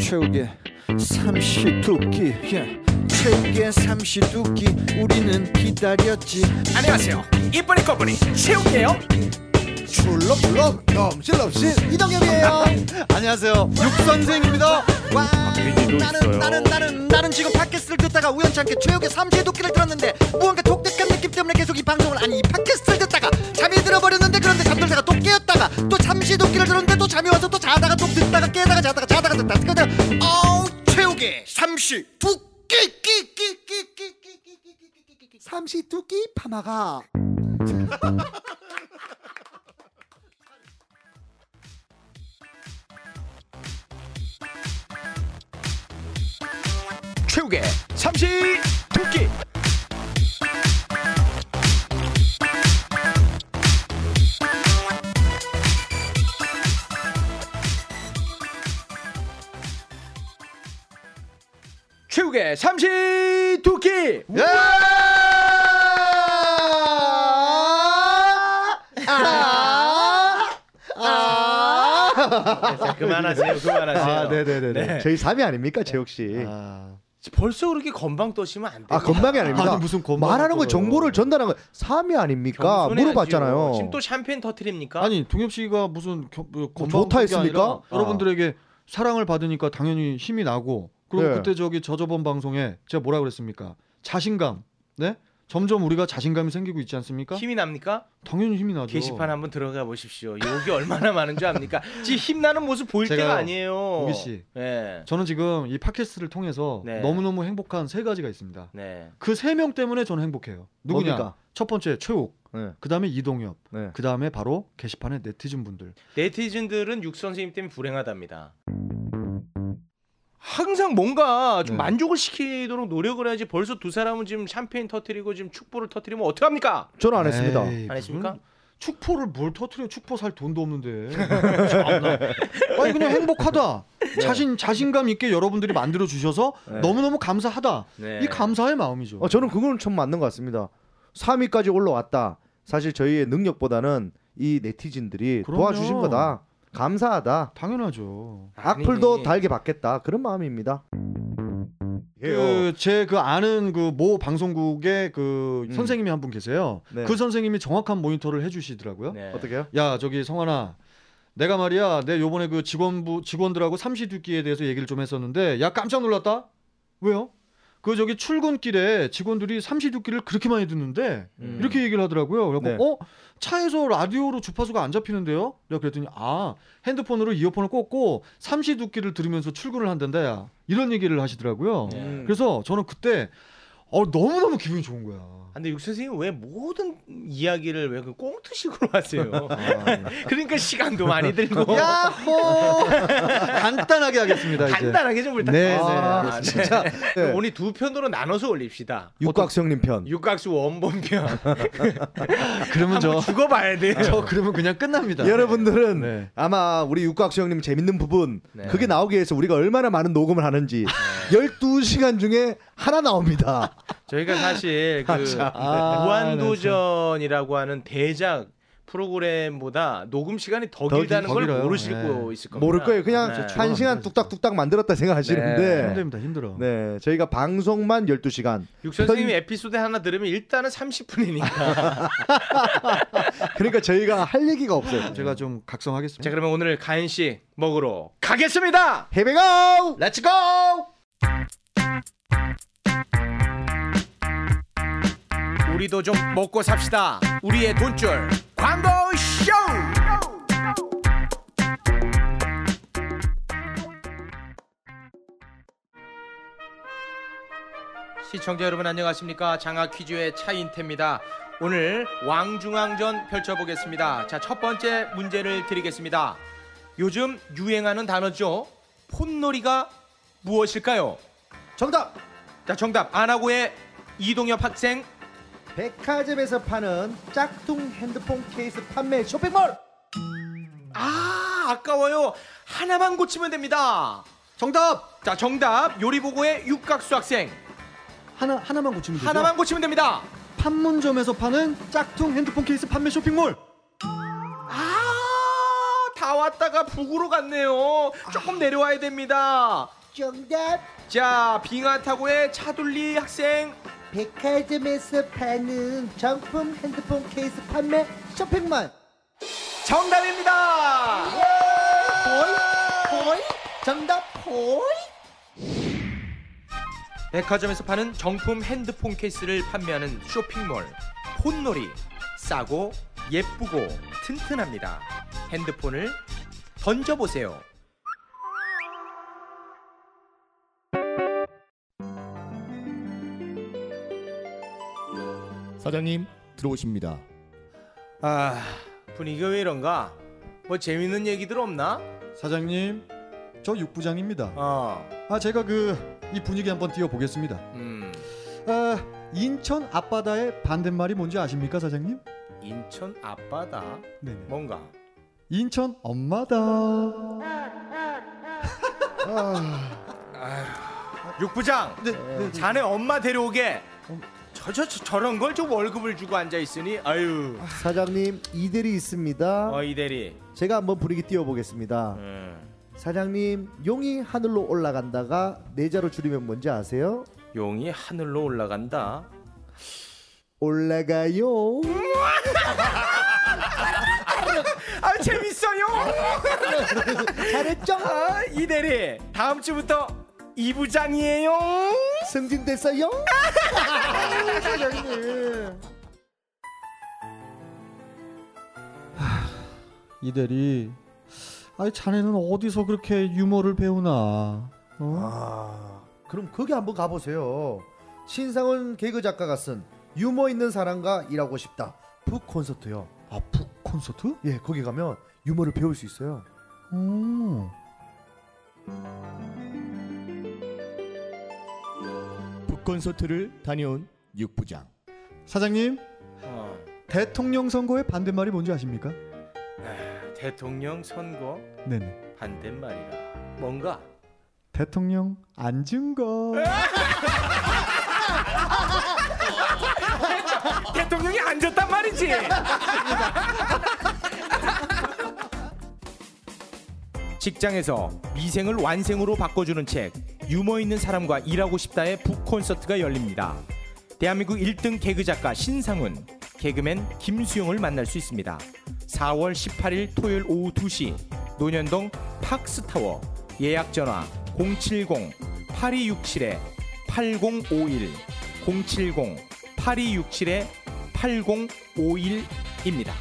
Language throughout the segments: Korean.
최후의 삼시두끼 예. 최후의 삼시두끼 우리는 기다렸지 안녕하세요. 이쁜이 꺼분이 채울게요. 출렁출렁 넘실넘실 이동엽이에요 안녕하세요 육선생입니다 와 박민희도 나는 있어요. 나는 나는 나는 지금 팟캐스트를 듣다가 우연찮게 최욱의 삼시두끼를 들었는데 무언가 독특한 느낌 때문에 계속 이 방송을 아니 이 팟캐스트를 듣다가 잠이 들어버렸는데 그런데 잠들다가 또 깨었다가 또 삼시두끼를 들었는데 또 잠이 와서 또 자다가 또 듣다가 깨다가 자다가 자다가 듣다가 그냥 어우 최욱의 삼시두끼 끼끼끼끼끼끼끼끼끼끼끼끼 삼시두끼 파마가 최욱의 삼시 두끼. 최욱의 삼시 두끼. 예! 아! 아! 네, 그만하세요. 그만하세요. 아 네네네 네. 저희 3위 아닙니까 재욱 씨 아, 벌써 그렇게 건방 떠시면 안 돼요. 건방이 아닙니다 아니, 무슨 건방을 말하는 거 떠요. 정보를 전달하는 거 3위 아닙니까 겸손해야지요. 물어봤잖아요 지금 또 샴페인 터트립니까? 아니 동엽 씨가 무슨 겨- 뭐 건방 좋다 그게 했습니까? 아니라 아. 여러분들에게 사랑을 받으니까 당연히 힘이 나고 그리고 네. 그때 저기 저저번 방송에 제가 뭐라 그랬습니까? 자신감. 네? 점점 우리가 자신감이 생기고 있지 않습니까? 힘이 납니까? 당연히 힘이 나죠. 게시판 한번 들어가 보십시오. 여기 얼마나 많은 줄 압니까? 지금 힘나는 모습 보일 제가요, 때가 아니에요. 우기 씨. 네. 저는 지금 이 팟캐스트를 통해서 네. 너무너무 행복한 세 가지가 있습니다. 네. 그 세 명 때문에 저는 행복해요. 누구냐? 뭡니까? 첫 번째 최욱. 네. 그다음에 이동엽. 네. 그다음에 바로 게시판의 네티즌 분들. 네티즌들은 육 선생님 때문에 불행하답니다. 항상 뭔가 좀 네. 만족을 시키도록 노력을 해야지 벌써 두 사람은 지금 샴페인 터트리고 지금 축포를 터트리면 어떡합니까? 저는 안 했습니다 에이, 안 했습니까? 무슨 축포를 뭘 터트려? 축포 살 돈도 없는데. 참나. 아니 그냥 행복하다. 자신 자신감 있게 여러분들이 만들어 주셔서 네. 너무 너무 감사하다. 네. 이 감사의 마음이죠. 어, 저는 그거는 참 맞는 것 같습니다. 3위까지 올라왔다. 사실 저희의 능력보다는 이 네티즌들이 그럼요. 도와주신 거다. 감사하다. 당연하죠. 아니. 악플도 달게 받겠다. 그런 마음입니다. 예, 그 제 그 아는 그 모 방송국의 그 어. 음. 선생님이 한 분 계세요. 네. 그 선생님이 정확한 모니터를 해주시더라고요. 네. 어떻게요? 야 저기 성환아 내가 말이야 내 요번에 그 직원부 직원들하고 삼시두끼에 대해서 얘기를 좀 했었는데 야 깜짝 놀랐다 왜요 그 저기 출근길에 직원들이 삼시두끼를 그렇게 많이 듣는데 음. 이렇게 얘기를 하더라고요 그래갖고 네. 어 차에서 라디오로 주파수가 안 잡히는데요 내가 그랬더니 아 핸드폰으로 이어폰을 꽂고 삼시두끼를 들으면서 출근을 한단다 야 이런 얘기를 하시더라고요 네. 음. 그래서 저는 그때 어 너무너무 기분이 좋은 거야 아, 근데 육 선생님 왜 모든 이야기를 왜 그 꽁트식으로 하세요? 아, 네. 그러니까 시간도 많이 들고 야호 간단하게 하겠습니다 이제 간단하게 좀 네, 네, 부탁드립니다. 아, 진짜 네. 오늘 두 편으로 나눠서 올립시다. 육각성님 편. 육각수 원본편 아, 그러면 한번 저, 죽어봐야 돼요. 저 그러면 그냥 끝납니다. 여러분들은 네. 아마 우리 육각수형님 재밌는 부분 네. 그게 나오기 위해서 우리가 얼마나 많은 녹음을 하는지 네. 12시간 중에 하나 나옵니다. 저희가 사실 그 아, 네. 무한도전이라고 하는 대작 프로그램보다 녹음 시간이 더, 더 길다는 길- 더 걸 길어요. 모르시고 네. 있을 겁니다. 모를 거예요. 그냥 네. 한 시간 뚝딱뚝딱 만들었다 생각하시는데 네. 힘듭니다. 힘들어. 저희가 방송만 12시간. 육 선생님 에피소드 하나 들으면 일단은 30분이니까. 그러니까 저희가 할 얘기가 없어요. 네. 제가 좀 각성하겠습니다. 자 그러면 오늘 간식 먹으러 가겠습니다. 해배가우 렛츠고! 우리도 좀 먹고 삽시다. 우리의 돈줄 광고 쇼! 시청자 여러분 안녕하십니까? 장학 퀴즈의 차인태입니다. 오늘 왕중왕전 펼쳐보겠습니다. 자, 첫 번째 문제를 드리겠습니다. 요즘 유행하는 단어죠. 폰놀이가 무엇일까요? 정답 자, 정답 안하고의 이동엽 학생. 백화점에서 파는 짝퉁 핸드폰 케이스 판매 쇼핑몰 아, 아까워요. 하나만 고치면 됩니다. 정답. 자, 정답 요리보고의 육각수 학생. 하나 하나만 고치면 되죠. 하나만 고치면 됩니다. 판문점에서 파는 짝퉁 핸드폰 케이스 판매 쇼핑몰. 아, 다 나왔다가 북으로 갔네요. 조금 내려와야 됩니다. 정답 자, 빙하 타고의 차둘리 학생. 백화점에서 파는 정품 핸드폰 케이스 판매 쇼핑몰 정답입니다. 호이 호이 정답 호이 백화점에서 파는 정품 핸드폰 케이스를 판매하는 쇼핑몰 폰놀이 싸고 예쁘고 튼튼합니다. 핸드폰을 던져보세요. 사장님 들어오십니다. 아 분위기가 왜 이런가? 뭐 재밌는 얘기들 없나? 사장님, 저 육부장입니다. 어, 아, 제가 그 이 분위기 한번 띄워 보겠습니다. 음, 아, 인천 앞바다의 반대말이 뭔지 아십니까, 사장님? 인천 앞바다 네. 뭔가 인천 엄마다. 육부장 네, 어. 네. 자네 엄마 데려오게 저저 저, 런 걸 좀 월급을 주고 앉아 있으니 아유 사장님 이대리 있습니다. 어 이 대리 제가 한번 분위기 띄워보겠습니다. 음, 사장님 용이 하늘로 올라간다가 네 자로 줄이면 뭔지 아세요? 용이 하늘로 올라간다 올라가요. 아 재밌어요 잘했죠? 아이 대리 다음 주부터 이부장이에요 승진됐어요? 이 대리, 아이 자네는 어디서 그렇게 유머를 배우나? 어? 아, 그럼 거기 한번 가보세요. 신상훈 개그 작가가 쓴 유머 있는 사람과 일하고 싶다. 북 콘서트요. 아, 북 콘서트? 예, 거기 가면 유머를 배울 수 있어요. 음. 북콘서트를 다녀온 육부장. 사장님, 어, 대통령 선거의 반대말이 뭔지 아십니까? 대통령 선거 네네. 반대말이라 뭔가 대통령 안증거. 대통령이 앉았단 말이지. 직장에서 미생을 완생으로 바꿔주는 책 유머 있는 사람과 일하고 싶다의 북 콘서트가 열립니다. 대한민국 1등 개그 작가 신상훈, 개그맨 김수용을 만날 수 있습니다. 4월 18일 토요일 오후 2시 논현동 팍스타워 예약 전화 070-8267-8051 070-8267-8051입니다.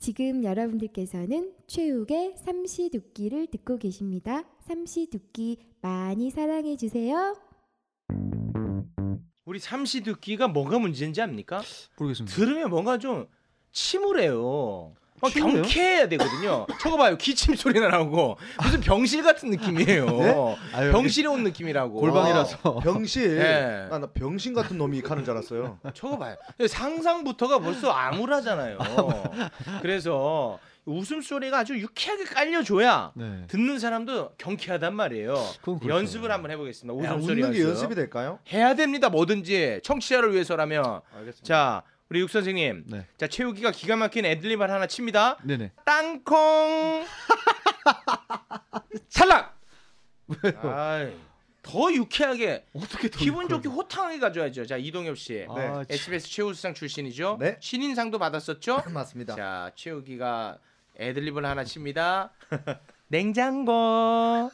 지금 여러분들께서는 최욱의 삼시두끼를 듣고 계십니다. 삼시두끼 많이 사랑해 주세요. 우리 삼시두끼가 뭐가 문제인지 압니까? 모르겠습니다. 들으면 뭔가 좀 아, 침울해요. 막 침울해요? 경쾌해야 되거든요. 저거 봐요. 기침 소리나 나오고 무슨 병실 같은 느낌이에요. 아유, 병실에 온 네? 느낌이라고. 골방이라서. 아, 병신. 예. 아, 나 병신 같은 놈이 가는 줄 알았어요. 저거 봐요. 근데 상상부터가 벌써 암울하잖아요. 그래서 웃음소리가 아주 유쾌하게 깔려줘야 네. 듣는 사람도 경쾌하단 말이에요. 그건 그렇죠. 연습을 한번 해보겠습니다. 야, 웃음소리 웃는 게 연습. 연습이 될까요? 해야 됩니다. 뭐든지 청취자를 위해서라면. 알겠습니다. 자, 우리 육 선생님. 네. 자, 최우기가 기가 막힌 애들립을 하나 칩니다. 네네. 땅콩 탈락. 아이, 더 유쾌하게 어떻게 더 기분 이걸- 좋게 호탕하게 가져야죠. 자 이동엽 씨, 아, 네. 참. SBS 최우수상 출신이죠. 네. 신인상도 받았었죠. 맞습니다. 자 최우기가 애들립을 하나 칩니다. 냉장고.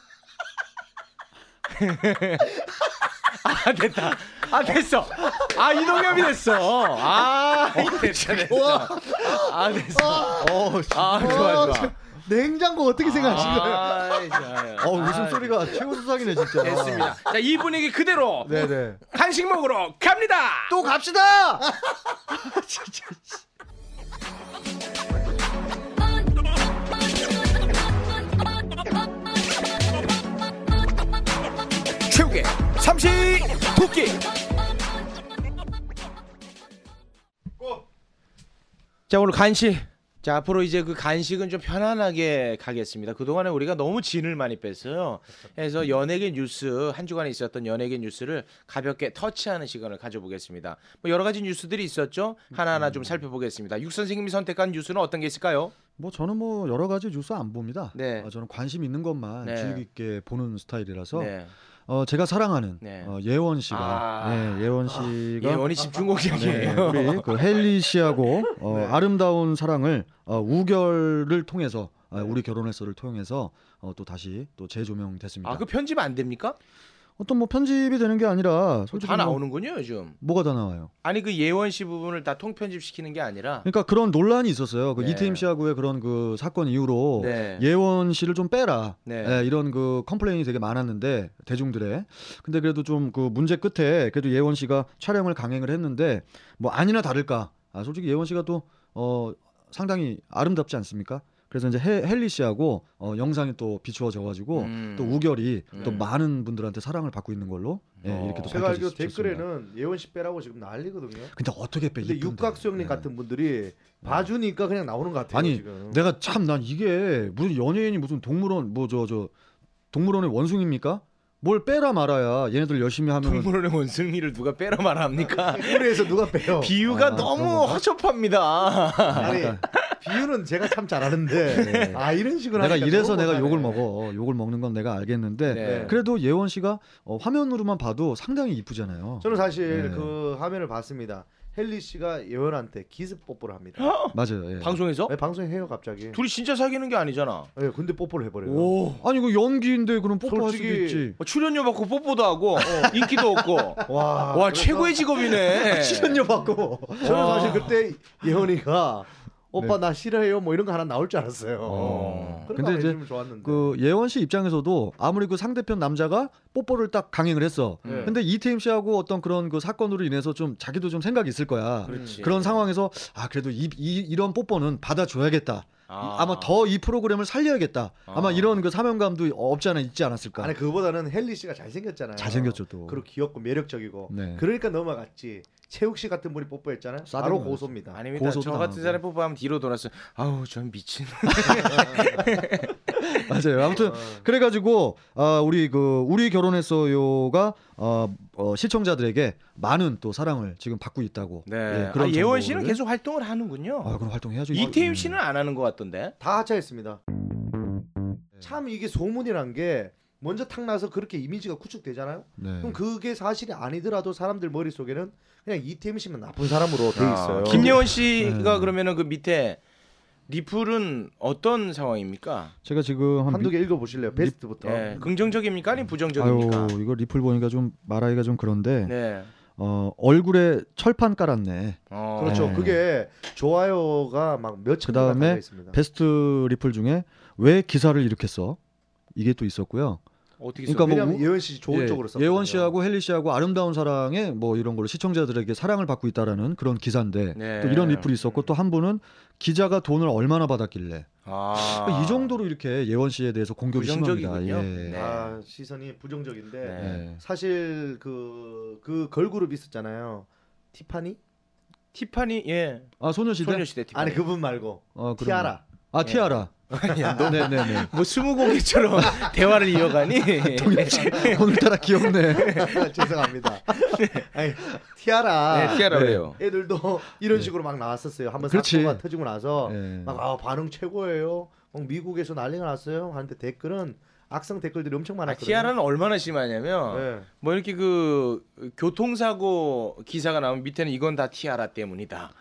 아 됐다. 아 됐어. 아 이동엽이 됐어. 아 됐다 됐다. 아 됐어. 어, 아 좋아 좋아. 냉장고 어떻게 생각하신 거예요? 아, 어 웃음소리가 최우수상이네 진짜. 됐습니다. 자, 이 분위기 그대로 네네. 간식 먹으러 갑니다. 또 갑시다. 어, 최욱의 삼시 두끼 자, 오늘 간식 자 앞으로 이제 그 간식은 좀 편안하게 가겠습니다. 그 동안에 우리가 너무 진을 많이 뺐어요. 그래서 연예계 뉴스 한 주간에 있었던 연예계 뉴스를 가볍게 터치하는 시간을 가져보겠습니다. 뭐 여러 가지 뉴스들이 있었죠. 하나하나 좀 살펴보겠습니다. 육 선생님이 선택한 뉴스는 어떤 게 있을까요? 뭐 저는 뭐 여러 가지 뉴스 안 봅니다. 네. 어, 저는 관심 있는 것만 네. 주의 깊게 보는 스타일이라서 네. 어, 제가 사랑하는 네. 어, 예원 씨가 아. 네, 예원 씨가 예원이 집중 네, 공격이에요. 우리 그 헨리 씨하고 어, 아름다운 사랑을 어, 우결을 통해서 아, 우리 결혼했어를 통해서 어, 또 다시 또 재조명됐습니다. 아 그 편집 안 됩니까? 어떤 뭐 편집이 되는 게 아니라 솔직히 다 뭐- 나오는군요 요즘. 뭐가 다 나와요. 아니 그 예원 씨 부분을 다 통편집 시키는 게 아니라. 그러니까 그런 논란이 있었어요. 그 네. 이태임 씨하고의 그런 그 사건 이후로 네. 예원 씨를 좀 빼라. 네. 예, 이런 그 컴플레인이 되게 많았는데 대중들의. 근데 그래도 좀 그 문제 끝에 그래도 예원 씨가 촬영을 강행을 했는데 뭐 아니나 다를까. 아 솔직히 예원 씨가 또 어 상당히 아름답지 않습니까? 그래서 이제 헬- 헨리 씨하고 어 영상이 또 비추어져 가지고 음. 또 우결이 또 음. 많은 분들한테 사랑을 받고 있는 걸로 예, 어. 이렇게 또 제가 알기로 밝혀졌습니다. 댓글에는 예원 씨 빼라고 지금 난리거든요. 근데 어떻게 빼? 근데 이쁜데. 육각수 형님 예. 같은 분들이 봐주니까 그냥 나오는 것 같아요 아니, 네. 지금. 내가 참 난 이게 무슨 연예인이 무슨 동물원 뭐 저 저 동물원의 원숭입니까? 뭘 빼라 말아야 얘네들 열심히 하면 동물원의 원숭이를 누가 빼라 말합니까? 꼬리에서 누가 빼요? 비유가 아, 그런 너무 건가? 허접합니다. 아니 비유는 제가 참 잘하는데 아 이런 식으로 네. 내가 하니까 이래서 좋은 내가 거다네. 욕을 먹어 욕을 먹는 건 내가 알겠는데 네. 그래도 예원 씨가 어, 화면으로만 봐도 상당히 이쁘잖아요. 저는 사실 네. 그 화면을 봤습니다. 헨리 씨가 예원한테 기습 뽀뽀를 합니다. 맞아요. 예. 방송에서? 네, 방송에 해요 갑자기. 둘이 진짜 사귀는 게 아니잖아. 네, 근데 뽀뽀를 해버려요. 아니 이거 연기인데 그럼 뽀뽀할 수도 솔직히 있지. 뭐 출연료 받고 뽀뽀도 어. 하고 어, 인기도 없고. 아, 와, 와 그래서 최고의 직업이네. 출연료 받고. 네. 저는 아. 와. 사실 그때 예원이가 오빠 나 싫어해요 뭐 이런 거 하나 나올 줄 알았어요. 어. 그런 근데 근데 이제 이제 좋았는데. 그 예원 씨 입장에서도 아무리 그 상대편 남자가 뽀뽀를 딱 강행을 했어. 네. 근데 이태임 씨하고 어떤 그런 그 사건으로 인해서 좀 자기도 좀 생각이 있을 그렇죠. 거야. 그렇지. 그런 상황에서 아 그래도 이, 이, 런 뽀뽀는 받아줘야겠다. 아. 아. 마 더 이 프로그램을 살려야겠다. 아. 마 아. 이런 그 사명감도 없지 않아 있지 않았을까. 아니 그거보다는 헨리 씨가 잘생겼잖아요. 그러니까 잘생겼죠, 또. 그리고 귀엽고 매력적이고. 네. 그러니까 넘어갔지. 최욱 씨 같은 분이 뽀뽀했잖아요. 싸대기 바로 맞았죠. 고소입니다. 아닙니다. 고소도 예, 저 같은 당하고. 사람 뽀뽀하면 뒤로 돌았어요. 아우 전 미친. 어. 맞아요. 아무튼 그래가지고 아, 우리 그 우리 결혼했어요가 어, 어, 시청자들에게 많은 또 사랑을 지금 받고 있다고. 네. 예, 아, 예원 정보를. 씨는 계속 활동을 하는군요. 아, 그럼 활동해야죠. 이태임 음. 씨는 안 하는 것 같던데. 다 하차했습니다. 참 이게 소문이란 게 먼저 탁 나서 그렇게 이미지가 구축되잖아요. 네. 그럼 그게 사실이 아니더라도 사람들 머릿속에는 그냥 이태임 씨면 나쁜 사람으로 돼 있어요. 아, 김예원 씨가 그러면은 그 밑에 리플은 어떤 상황입니까? 제가 지금 한 한두 개 읽어 보실래요? 베스트부터. 예, 긍정적입니까 아니 면 아유 부정적입니까? 이거 리플 보니까 좀 말하기가 좀 그런데 네. 어, 얼굴에 철판 깔았네. 어. 그렇죠. 네. 그게 좋아요가 막 몇천 개가 그다음에 달려 있습니다. 베스트 리플 중에 왜 기사를 이렇게 써? 이게 또 있었고요. 어떻게 그러니까 뭐 왜냐면 예원 씨 좋은 예, 쪽으로 썼거든요. 예원 씨하고 헨리 씨하고 아름다운 사랑에 뭐 이런 걸로 시청자들에게 사랑을 받고 있다라는 그런 기사인데 네. 또 이런 리플이 있었고 또 한 분은 기자가 돈을 얼마나 받았길래 아. 그러니까 이 정도로 이렇게 예원 씨에 대해서 공격이 심합니다. 부정적이군요. 예. 네. 아, 시선이 부정적인데 네. 사실 그 그 걸그룹 있었잖아요. 티파니? 티파니 예. 아 소녀시대. 소녀시대 티파니. 아니 그분 말고 아, 그럼- 티아라. 네. 예, 아 티아라. 네네네. 뭐 스무고개처럼 대화를 이어가니. 네. 오늘따라 귀엽네. 죄송합니다. 아니 티아라. 네, 티아라래요. 애들도 이런 식으로 막 나왔었어요. 네. 한번 그렇지. 사고가 터지고 나서 예. 막 아, 반응 최고예요. 막 미국에서 난리가 났어요. 하는데 댓글은 악성 댓글들이 엄청 아, 많았거든요. 티아라는 얼마나 심하냐면 예. 뭐 이렇게 그 교통사고 기사가 나오면 밑에는 이건 다 티아라 때문이다.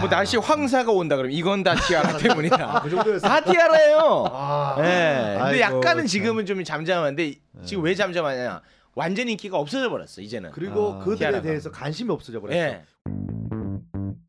뭐 날씨 황사가 온다 그러면 이건 다 티아라 때문이다. 그 정도였어요. 다 티아라예요. 아, 예. 근데 네. 아이고, 그렇죠. 네. 약간은 지금은 좀 잠잠한데 지금 왜 잠잠하냐? 완전 인기가 없어져 버렸어 이제는. 그리고 아. 그들에 티아라가. 대해서 관심이 없어져 그렇죠. 버렸어. 예.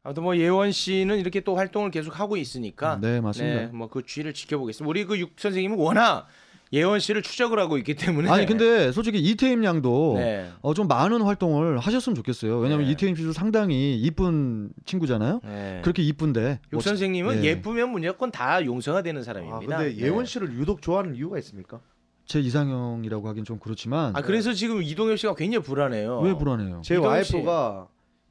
아무튼 뭐 예원 씨는 이렇게 또 활동을 계속 하고 아, 있으니까 네, 맞습니다. 뭐그 뒤를 지켜보겠습니다. 우리 그 육 선생님은 워낙 예원 씨를 추적을 하고 있기 네. 때문에 아니 근데 솔직히 이태임 양도 네. 어, 좀 많은 활동을 하셨으면 좋겠어요. 왜냐면 네. 이태임 씨도 상당히 이쁜 친구잖아요. 네. 그렇게 이쁜데 육 선생님은 네. 예쁘면 무조건 다 용서가 되는 아, 사람입니다. 근데 네. 예원 씨를 유독 좋아하는 이유가 있습니까? 제 이상형이라고 하긴 좀 그렇지만 아 그래서 지금 이동엽 씨가 굉장히 불안해요. 왜 불안해요? 제 이동훈 와이프가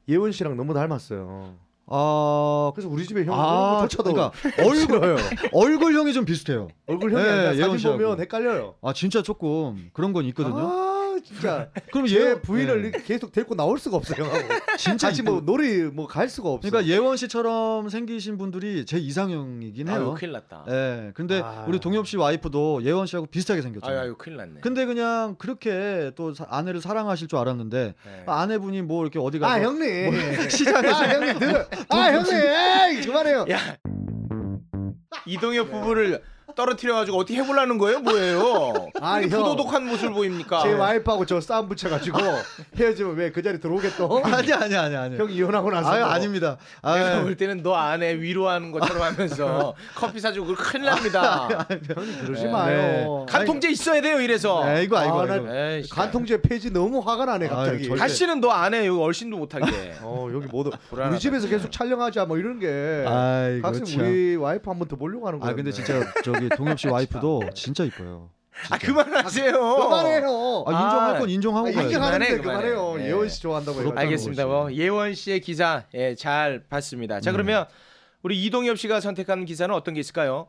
예원 씨랑 너무 닮았어요. 아, 그래서 우리 집에 형이 아, 못 찾아가. 그러니까 얼굴 얼굴형이 좀 비슷해요. 얼굴 형이 예, 아니라 예원 네, 사진 씨하고. 보면 헷갈려요. 아 진짜 조금 그런 건 있거든요. 아 진짜 그럼 얘 예원- 부인을 예. 이렇게 계속 데리고 나올 수가 없어요. 형하고. 진짜 같이 뭐 놀이 뭐 갈 수가 없어. 그러니까 예원 씨처럼 생기신 분들이 제 이상형이긴 해요. 아유 그 큰일 났다. 예. 근데 아. 우리 동엽 씨 와이프도 예원 씨하고 비슷하게 생겼잖아요. 아유 아유 큰일 났네. 그렇죠. 근데 그냥 그렇게 또 사- 아내를 사랑하실 줄 알았는데 네. 아내분이 뭐 이렇게 어디 가서 뭐 아 형님. 시장에서 아 형님 늘. 아 형님 에이, 그만해요. 야 이동엽 부부를 떨어뜨려가지고 어떻게 해보려는 거예요? 뭐예요? 아, 이게 형. 부도덕한 모습을 보입니까? 제 와이프하고 저 싸움 붙여가지고 헤어지면 왜 그 자리 들어오겠어? 아니 아니 아니 아니. 형 이혼하고 나서. 아유 뭐. 아닙니다. 내가 아유, 볼 때는 너 아내 위로하는 것처럼 하면서 커피 사주고 그거 큰일 납니다. 그러지 네. 마요. 간통죄 있어야 돼요 네, 이래서. 네, 아이고 아이고 아, 아이고. 나- 에이씨. 간통죄 폐지 너무 화가 나네 아유, 갑자기. 절대. 다시는 너 아내 여기 얼씬도 못하게. 어 여기 모두 불안하다. 우리 집에서 계속 촬영하자 뭐 이런 게. 아이고, 각생 참. 우리 와이프 한 번 더 보려고 하는 거야. 아 근데 진짜 저기 동엽 씨 와이프도 진짜 이뻐요. 아 그만하세요. 그만해요. 아 인정할 건 아, 인정하고 가야죠. 인정하는데 그만해, 그만해, 요 그만해. 예원 씨 좋아한다고 해가지고. 알겠습니다. 뭐 예원 씨의 기사 예, 잘 봤습니다. 자 그러면 우리 이동엽 씨가 선택한 기사는 어떤 게 있을까요?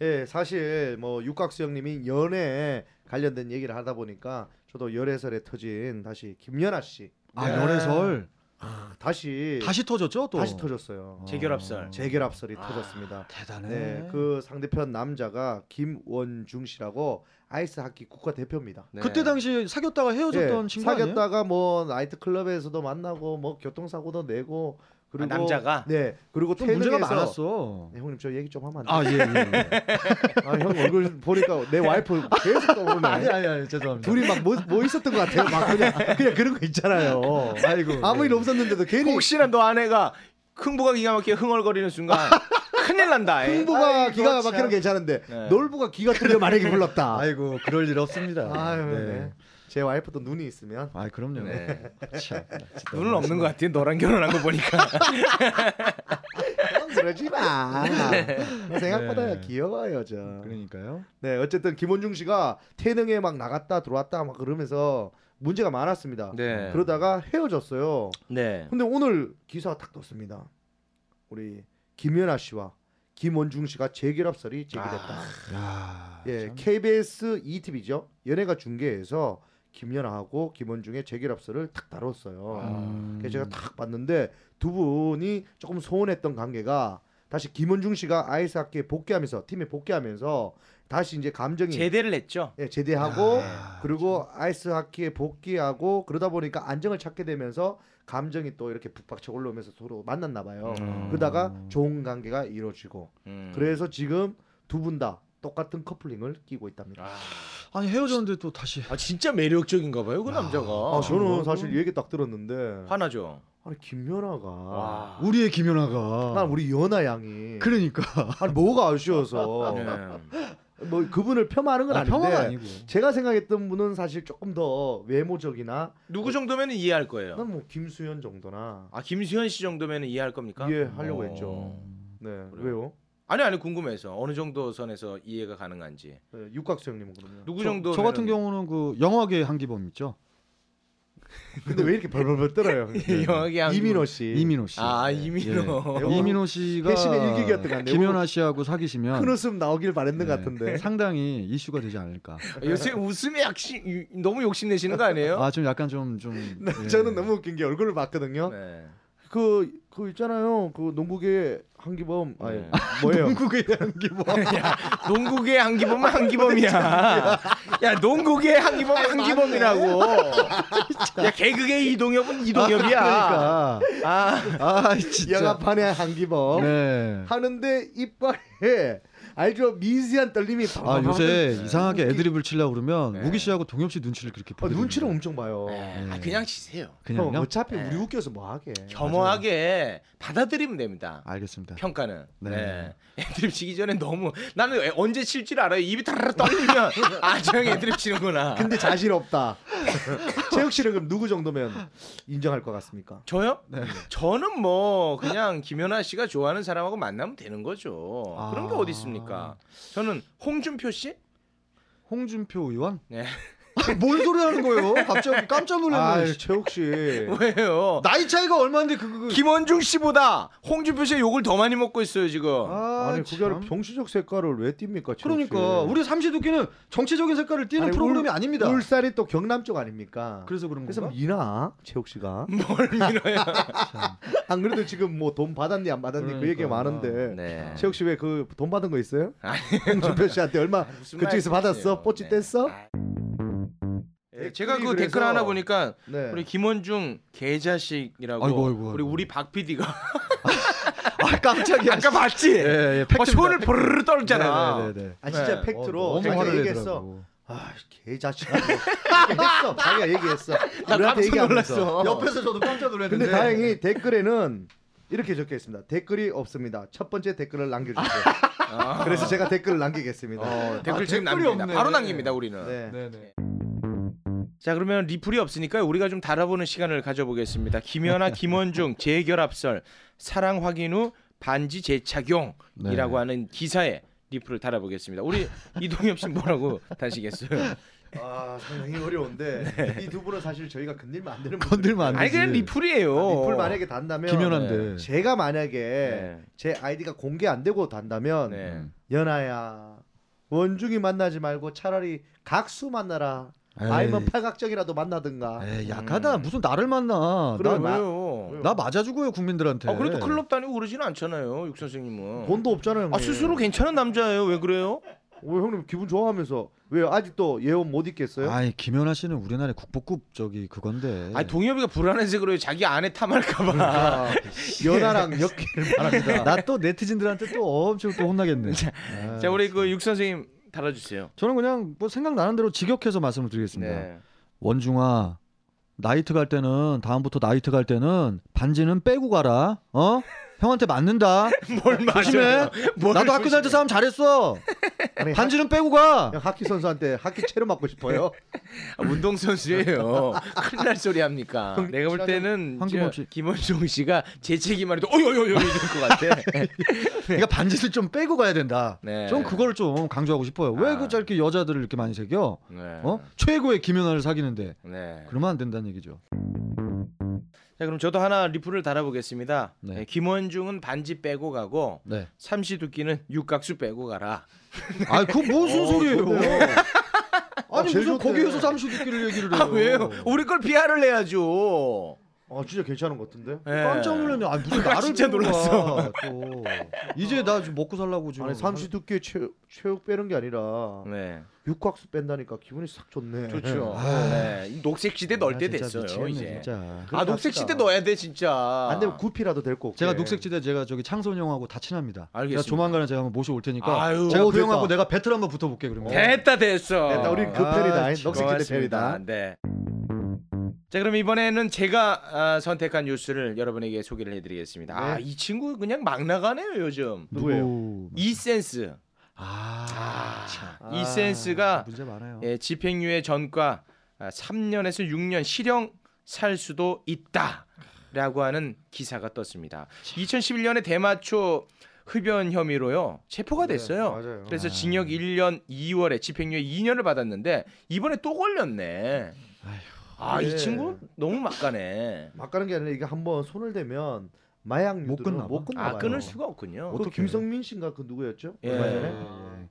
예, 사실 뭐 육각수 형님이 연애 관련된 얘기를 하다 보니까 저도 열애설에 터진 다시 김연아 씨 아 연애설 다시 다시 터졌죠 또. 네. 아, 다시 터졌어요. 재결합설. 재결합설이 터졌습니다. 대단해. 네, 그... 그 상대편 남자가 김원중 씨라고 아이스 하키 국가 대표입니다. 네. 때 당시 사귀었다가 헤어졌던 예, 친구 아니에요? 사귀었다가 뭐 나이트 클럽에서도 만나고 뭐 교통사고도 내고 그리고 아, 남자가? 네 그리고 좀 문제가 태릉에서- 많았어. 네, 형님 저 얘기 좀 하면 안 돼요? 아 예. 예. 아, 형 얼굴 보니까 내 와이프 계속 아니 떠오르네. 아니 아니 죄송합니다. 둘이 막 뭐 있었던 것 같아요. 막 그냥 그냥 그런 거 있잖아요. 아이고. 아무 일 예. 없었는데도 괜히 혹시나 너 아내가 흥부가 기가 막히게 흥얼거리는 순간 큰일 난다. 에. 흥부가 아이고, 기가 참. 막히는 괜찮은데 네. 놀부가 기가 뚫려 만약에 불렀다. 아이고 그럴 일 없습니다. 아유, 네. 제 와이프도 눈이 있으면 아 그럼요. 네. 참, 진짜. 눈은 없는 것 같아. 너랑 결혼한 거 보니까. 형 그러지 마. 생각보다 네. 귀여워요 저. 그러니까요. 네 어쨌든 김원중 씨가 태능에 막 나갔다 들어왔다 막 그러면서 문제가 많았습니다. 네. 그러다가 헤어졌어요. 네. 근데 오늘 기사가 딱 떴습니다. 우리 김연아 씨와 김원중 씨가 재결합설이 제기됐다. 야. 예, KBS ETV죠. 연예가 중계에서 김연아하고 김원중의 재결합설을 탁 음. 다뤘어요. 아. 아, 그래서 음. 제가 탁 봤는데 두 분이 조금 소원했던 관계가 다시 김원중 씨가 아이스하키에 복귀하면서 팀에 복귀하면서 다시 이제 감정이 제대를 아, 했죠. 예, 제대하고 그리고 아이스 하키에 복귀하고 그러다 보니까 안정을 찾게 되면서 감정이 또 이렇게 북박쳐 올라오면서 서로 만났나 봐요. 그러다가 좋은 관계가 이루어지고 음. 그래서 지금 두 분 다 똑같은 커플링을 끼고 있답니다. 아니 헤어졌는데 또 다시. 아 진짜 매력적인가 봐요 그 남자가. 아, 저는 사실 이 얘기 딱 들었는데 화나죠. 아니 김연아가 와. 우리의 김연아가. 난 우리 연아 양이 그러니까. 아니 뭐가 아쉬워서 네. 뭐 그분을 폄하하는 건 아, 아닌데 평화가 아니고. 제가 생각했던 분은 사실 조금 더 외모적이나 누구 정도면 이해할 거예요. 난 뭐 김수현 정도나 아 김수현 씨 정도면 이해할 겁니까? 이해하려고 어. 했죠. 네 왜요? 아니 아니 궁금해서 어느 정도 선에서 이해가 가능한지. 네, 육각수 형님은 그러면 누구 저- 정도 저 같은 경우는 그 영화계 한기범 있죠. 근데 왜 이렇게 벌벌벌 떨어요? 네. 영역이 한 이민호 씨 이민호 씨. 아 이민호. 예. 이민호 씨가 회심의 일격이었던 것 같네요. 김연아 씨하고 사귀시면 큰 웃음 나오길 바랬는 것 네, 같은데 상당히 이슈가 되지 않을까. 요새 웃음이 약시 너무 욕심 내시는 거 아니에요? 아 좀 약간 좀 좀. 나- 예. 어? 네. 저는 너무 웃긴 게 얼굴을 봤거든요 네. 그 그 있잖아요 그 농구계 한기범 아 네. 예 뭐예요 한국의 한기범. 야, 농구계 한기범은 한기범이야. 야, 농구계 한기범은 한기범이라고. 야, 개그계 이동엽은 이동엽이야. 그러니까. 아, 아 진짜. 영화판의 어? 한기범 네. 하는데 이빨에 알죠 미세한 떨림이 아 바바바바 요새 하는- 이상하게 웃기- 애드립을 치려고 그러면 네. 우기 씨하고 동엽 씨 눈치를 그렇게 네. 음. 어, 보고 눈치를 엄청 봐요 아, 그냥 치세요. 그냥 형 요 어차피 네. 우리 웃겨서 뭐 하게 겸허하게 받아들이면 됩니다. 알겠습니다. 평가는. 네. 네. 애드립 치기 전에 너무 나는 애- 언제 칠 줄 알아요. 입이 타르르 떨리면 아, 저 형이 애드립 치는구나. 근데 자신 없다 체육 씨는 그럼 누구 정도면 인정할 것 같습니까? 저요? 저는 뭐 그냥 김연아 씨가 좋아하는 사람하고 만나면 되는 거죠. 그런 게 어디 있습니까? 저는 홍준표 씨? 홍준표 의원? 아, 네. 뭔 소리 하는 거예요? 갑자기 깜짝 아, 놀랐네. 최욱 씨. 왜요? 나이 차이가 얼마인데 그, 그, 그. 김원중 씨보다 홍준표 씨가 욕을 더 많이 먹고 있어요 지금. 아, 아니 그게 아니라 참. 정치적 색깔을 왜 띕니까? 최욱 그러니까 씨. 우리 삼시두끼는 정치적인 색깔을 띠는 아니, 프로그램이 울- 아닙니다. 울산이 또 경남 쪽 아닙니까? 그래서 그런 그래서 건가? 미나 최욱 씨가 뭘 밀어요? 안 그래도 지금 뭐 돈 받았니 안 받았니 그 얘기 그러니까. 가 많은데 네. 최욱 씨 왜 그 돈 받은 거 있어요? 홍준표 씨한테 얼마 무슨 그쪽에서 말씀이세요? 받았어? 뽀찌 네. 뗐어? 네, 제가 그 댓글이 댓글 그래서- 하나 보니까 네. 우리 김원중 개자식이라고 아이고, 아이고, 아이고. 우리 우리 박 PD가 아 깜짝이야. 아까 봤지? 예, 예, 어, 팩트입니다. 손을 부르르 떨잖아. 네, 네, 네, 네. 아 진짜 네. 팩트로 너무 자기가 화를 얘기했어. 내더라고. 아 개자식. 했어. 자기가 얘기했어. 우리한테 얘기하면서. 옆에서 저도 깜짝 놀랐는데. 근데 다행히 댓글에는 이렇게 적혀 있습니다. 댓글이 없습니다. 첫 번째 댓글을 남겨주세요. 그래서 제가 댓글을 남기겠습니다. 아. 어, 댓글 댓글이 지금 남깁니다. 없네. 바로 남깁니다 우리는. 네. 네, 네. 자 그러면 리플이 없으니까 우리가 좀 달아보는 시간을 가져보겠습니다. 김연아, 김원중 재결합설, 사랑 확인 후 반지 재착용이라고 네. 하는 기사에 리플을 달아보겠습니다. 우리 이동엽 씨 뭐라고 다시겠어요? 아 상당히 어려운데 이 두 분은 사실 저희가 건들면 안 네. 되는 건들면 안 아니 되지. 그냥 리플이에요. 분들. 리플 만약에 단다면 김연아인데. 네. 제가 만약에 네. 제 아이디가 공개 안 되고 단다면 네. 음. 연아야 원중이 만나지 말고 차라리 각수 만나라. 에이. 아니면 팔각정이라도 만나든가. 에이, 약하다. 무슨 나를 만나. 나, 그럼 나, 왜요? 나 맞아 죽어요 국민들한테. 아 그래도 클럽 다니고 그러진 않잖아요 육 선생님은. 돈도 없잖아요. 아 형님. 스스로 네. 괜찮은 남자예요. 왜 그래요? 오, 형님 기분 좋아하면서 왜 아직도 예원 못 있겠어요? 아이 김연아 씨는 우리나라의 국보급 저기 그건데. 아니 동엽이가 불안해서 그래요. 자기 아내 탐할까봐. 아, 연하랑 엮기를 바랍니다. 나 또 네티즌들한테 또 엄청 또 혼나겠네. 자 우리 그 육 선생님 달아주세요. 저는 그냥 뭐 생각나는 대로 직역해서 말씀을 드리겠습니다. 네. 원중아 나이트 갈 때는 다음부터 나이트 갈 때는 반지는 빼고 가라. 어? 형한테 맞는다. 뭘 맞아요? 조심해. 뭘 나도 학교 다닐 조심해. 때 싸움 잘했어. 아니, 반지는 빼고 가. 하, 하키 선수한테 하키 채로 맞고 싶어요. 아, 운동선수예요. 큰일 날 소리 합니까? 내가 볼 때는 황금호 씨. 저 김원종 씨가 재채기만 해도 어여여여 이럴 것 같아. 그러니까 반지를 좀 빼고 가야 된다. 네. 좀 그걸 좀 강조하고 싶어요. 왜 아. 그 저렇게 여자들을 이렇게 많이 새겨? 네. 어? 최고의 김연아를 사귀는데 네. 그러면 안 된다는 얘기죠. 자 그럼 저도 하나 리플을 달아보겠습니다. 네. 네, 김원중은 반지 빼고 가고 네. 삼시두끼는 육각수 빼고 가라. 아, 그 무슨 소리예요? 어, 아, 아니 제일 무슨 좋대. 거기에서 삼시두끼를 얘기를 해요. 아 왜요? 우리 걸 비하를 해야죠. 아 진짜 괜찮은 것 같은데. 네. 깜짝 놀랐네. 아, 무슨 아, 나를 진짜 보는 거야, 놀랐어. 또. 이제 나 지금 먹고 살라고 지금. 아니 삼시 두께 최 최욱 빼는 게 아니라 네. 육각수 뺀다니까 기분이 싹 좋네. 좋죠. 네. 이 녹색 시대 넣을 때 아, 진짜 됐어요. 미치겠네, 이제. 진짜. 아 녹색 시대 넣어야 돼 진짜. 아, 안 되면 구피라도 될거 제가 녹색지대 제가 저기 창선 형하고 다 친합니다. 알겠습니다. 제가 조만간에 제가 한번 모셔올 테니까 아유, 제가 오, 그 됐다. 형하고 내가 배틀 한번 붙어볼게 그러면. 됐다 됐어. 됐다, 우린 그 편이다. 녹색지대 고맙습니다. 편이다. 네. 자 그럼 이번에는 제가 아, 선택한 뉴스를 여러분에게 소개를 해드리겠습니다. 아 이 친구 그냥 막 나가네요 요즘. 네. 누구예요? 누구? 이센스. 아, 참. 이센스가 문제 많아요. 예, 집행유예 전과 아, 3년에서 6년 실형 살 수도 있다라고 하는 기사가 떴습니다. 2011년에 대마초 흡연 혐의로요 네. 체포가 됐어요. 맞아요. 그래서 징역 1년 2월에 집행유예 2년을 받았는데 이번에 또 걸렸네. 아 이 네. 친구 너무 막가네. 막 가는 게 아니라 이게 한번 손을 대면 마약 못 유도는 끊나 못 봐. 끊나 아 봐요. 끊을 수가 없군요. 그 어떻게 김성민 씨인가 그 누구였죠? 예. 얼마 전에?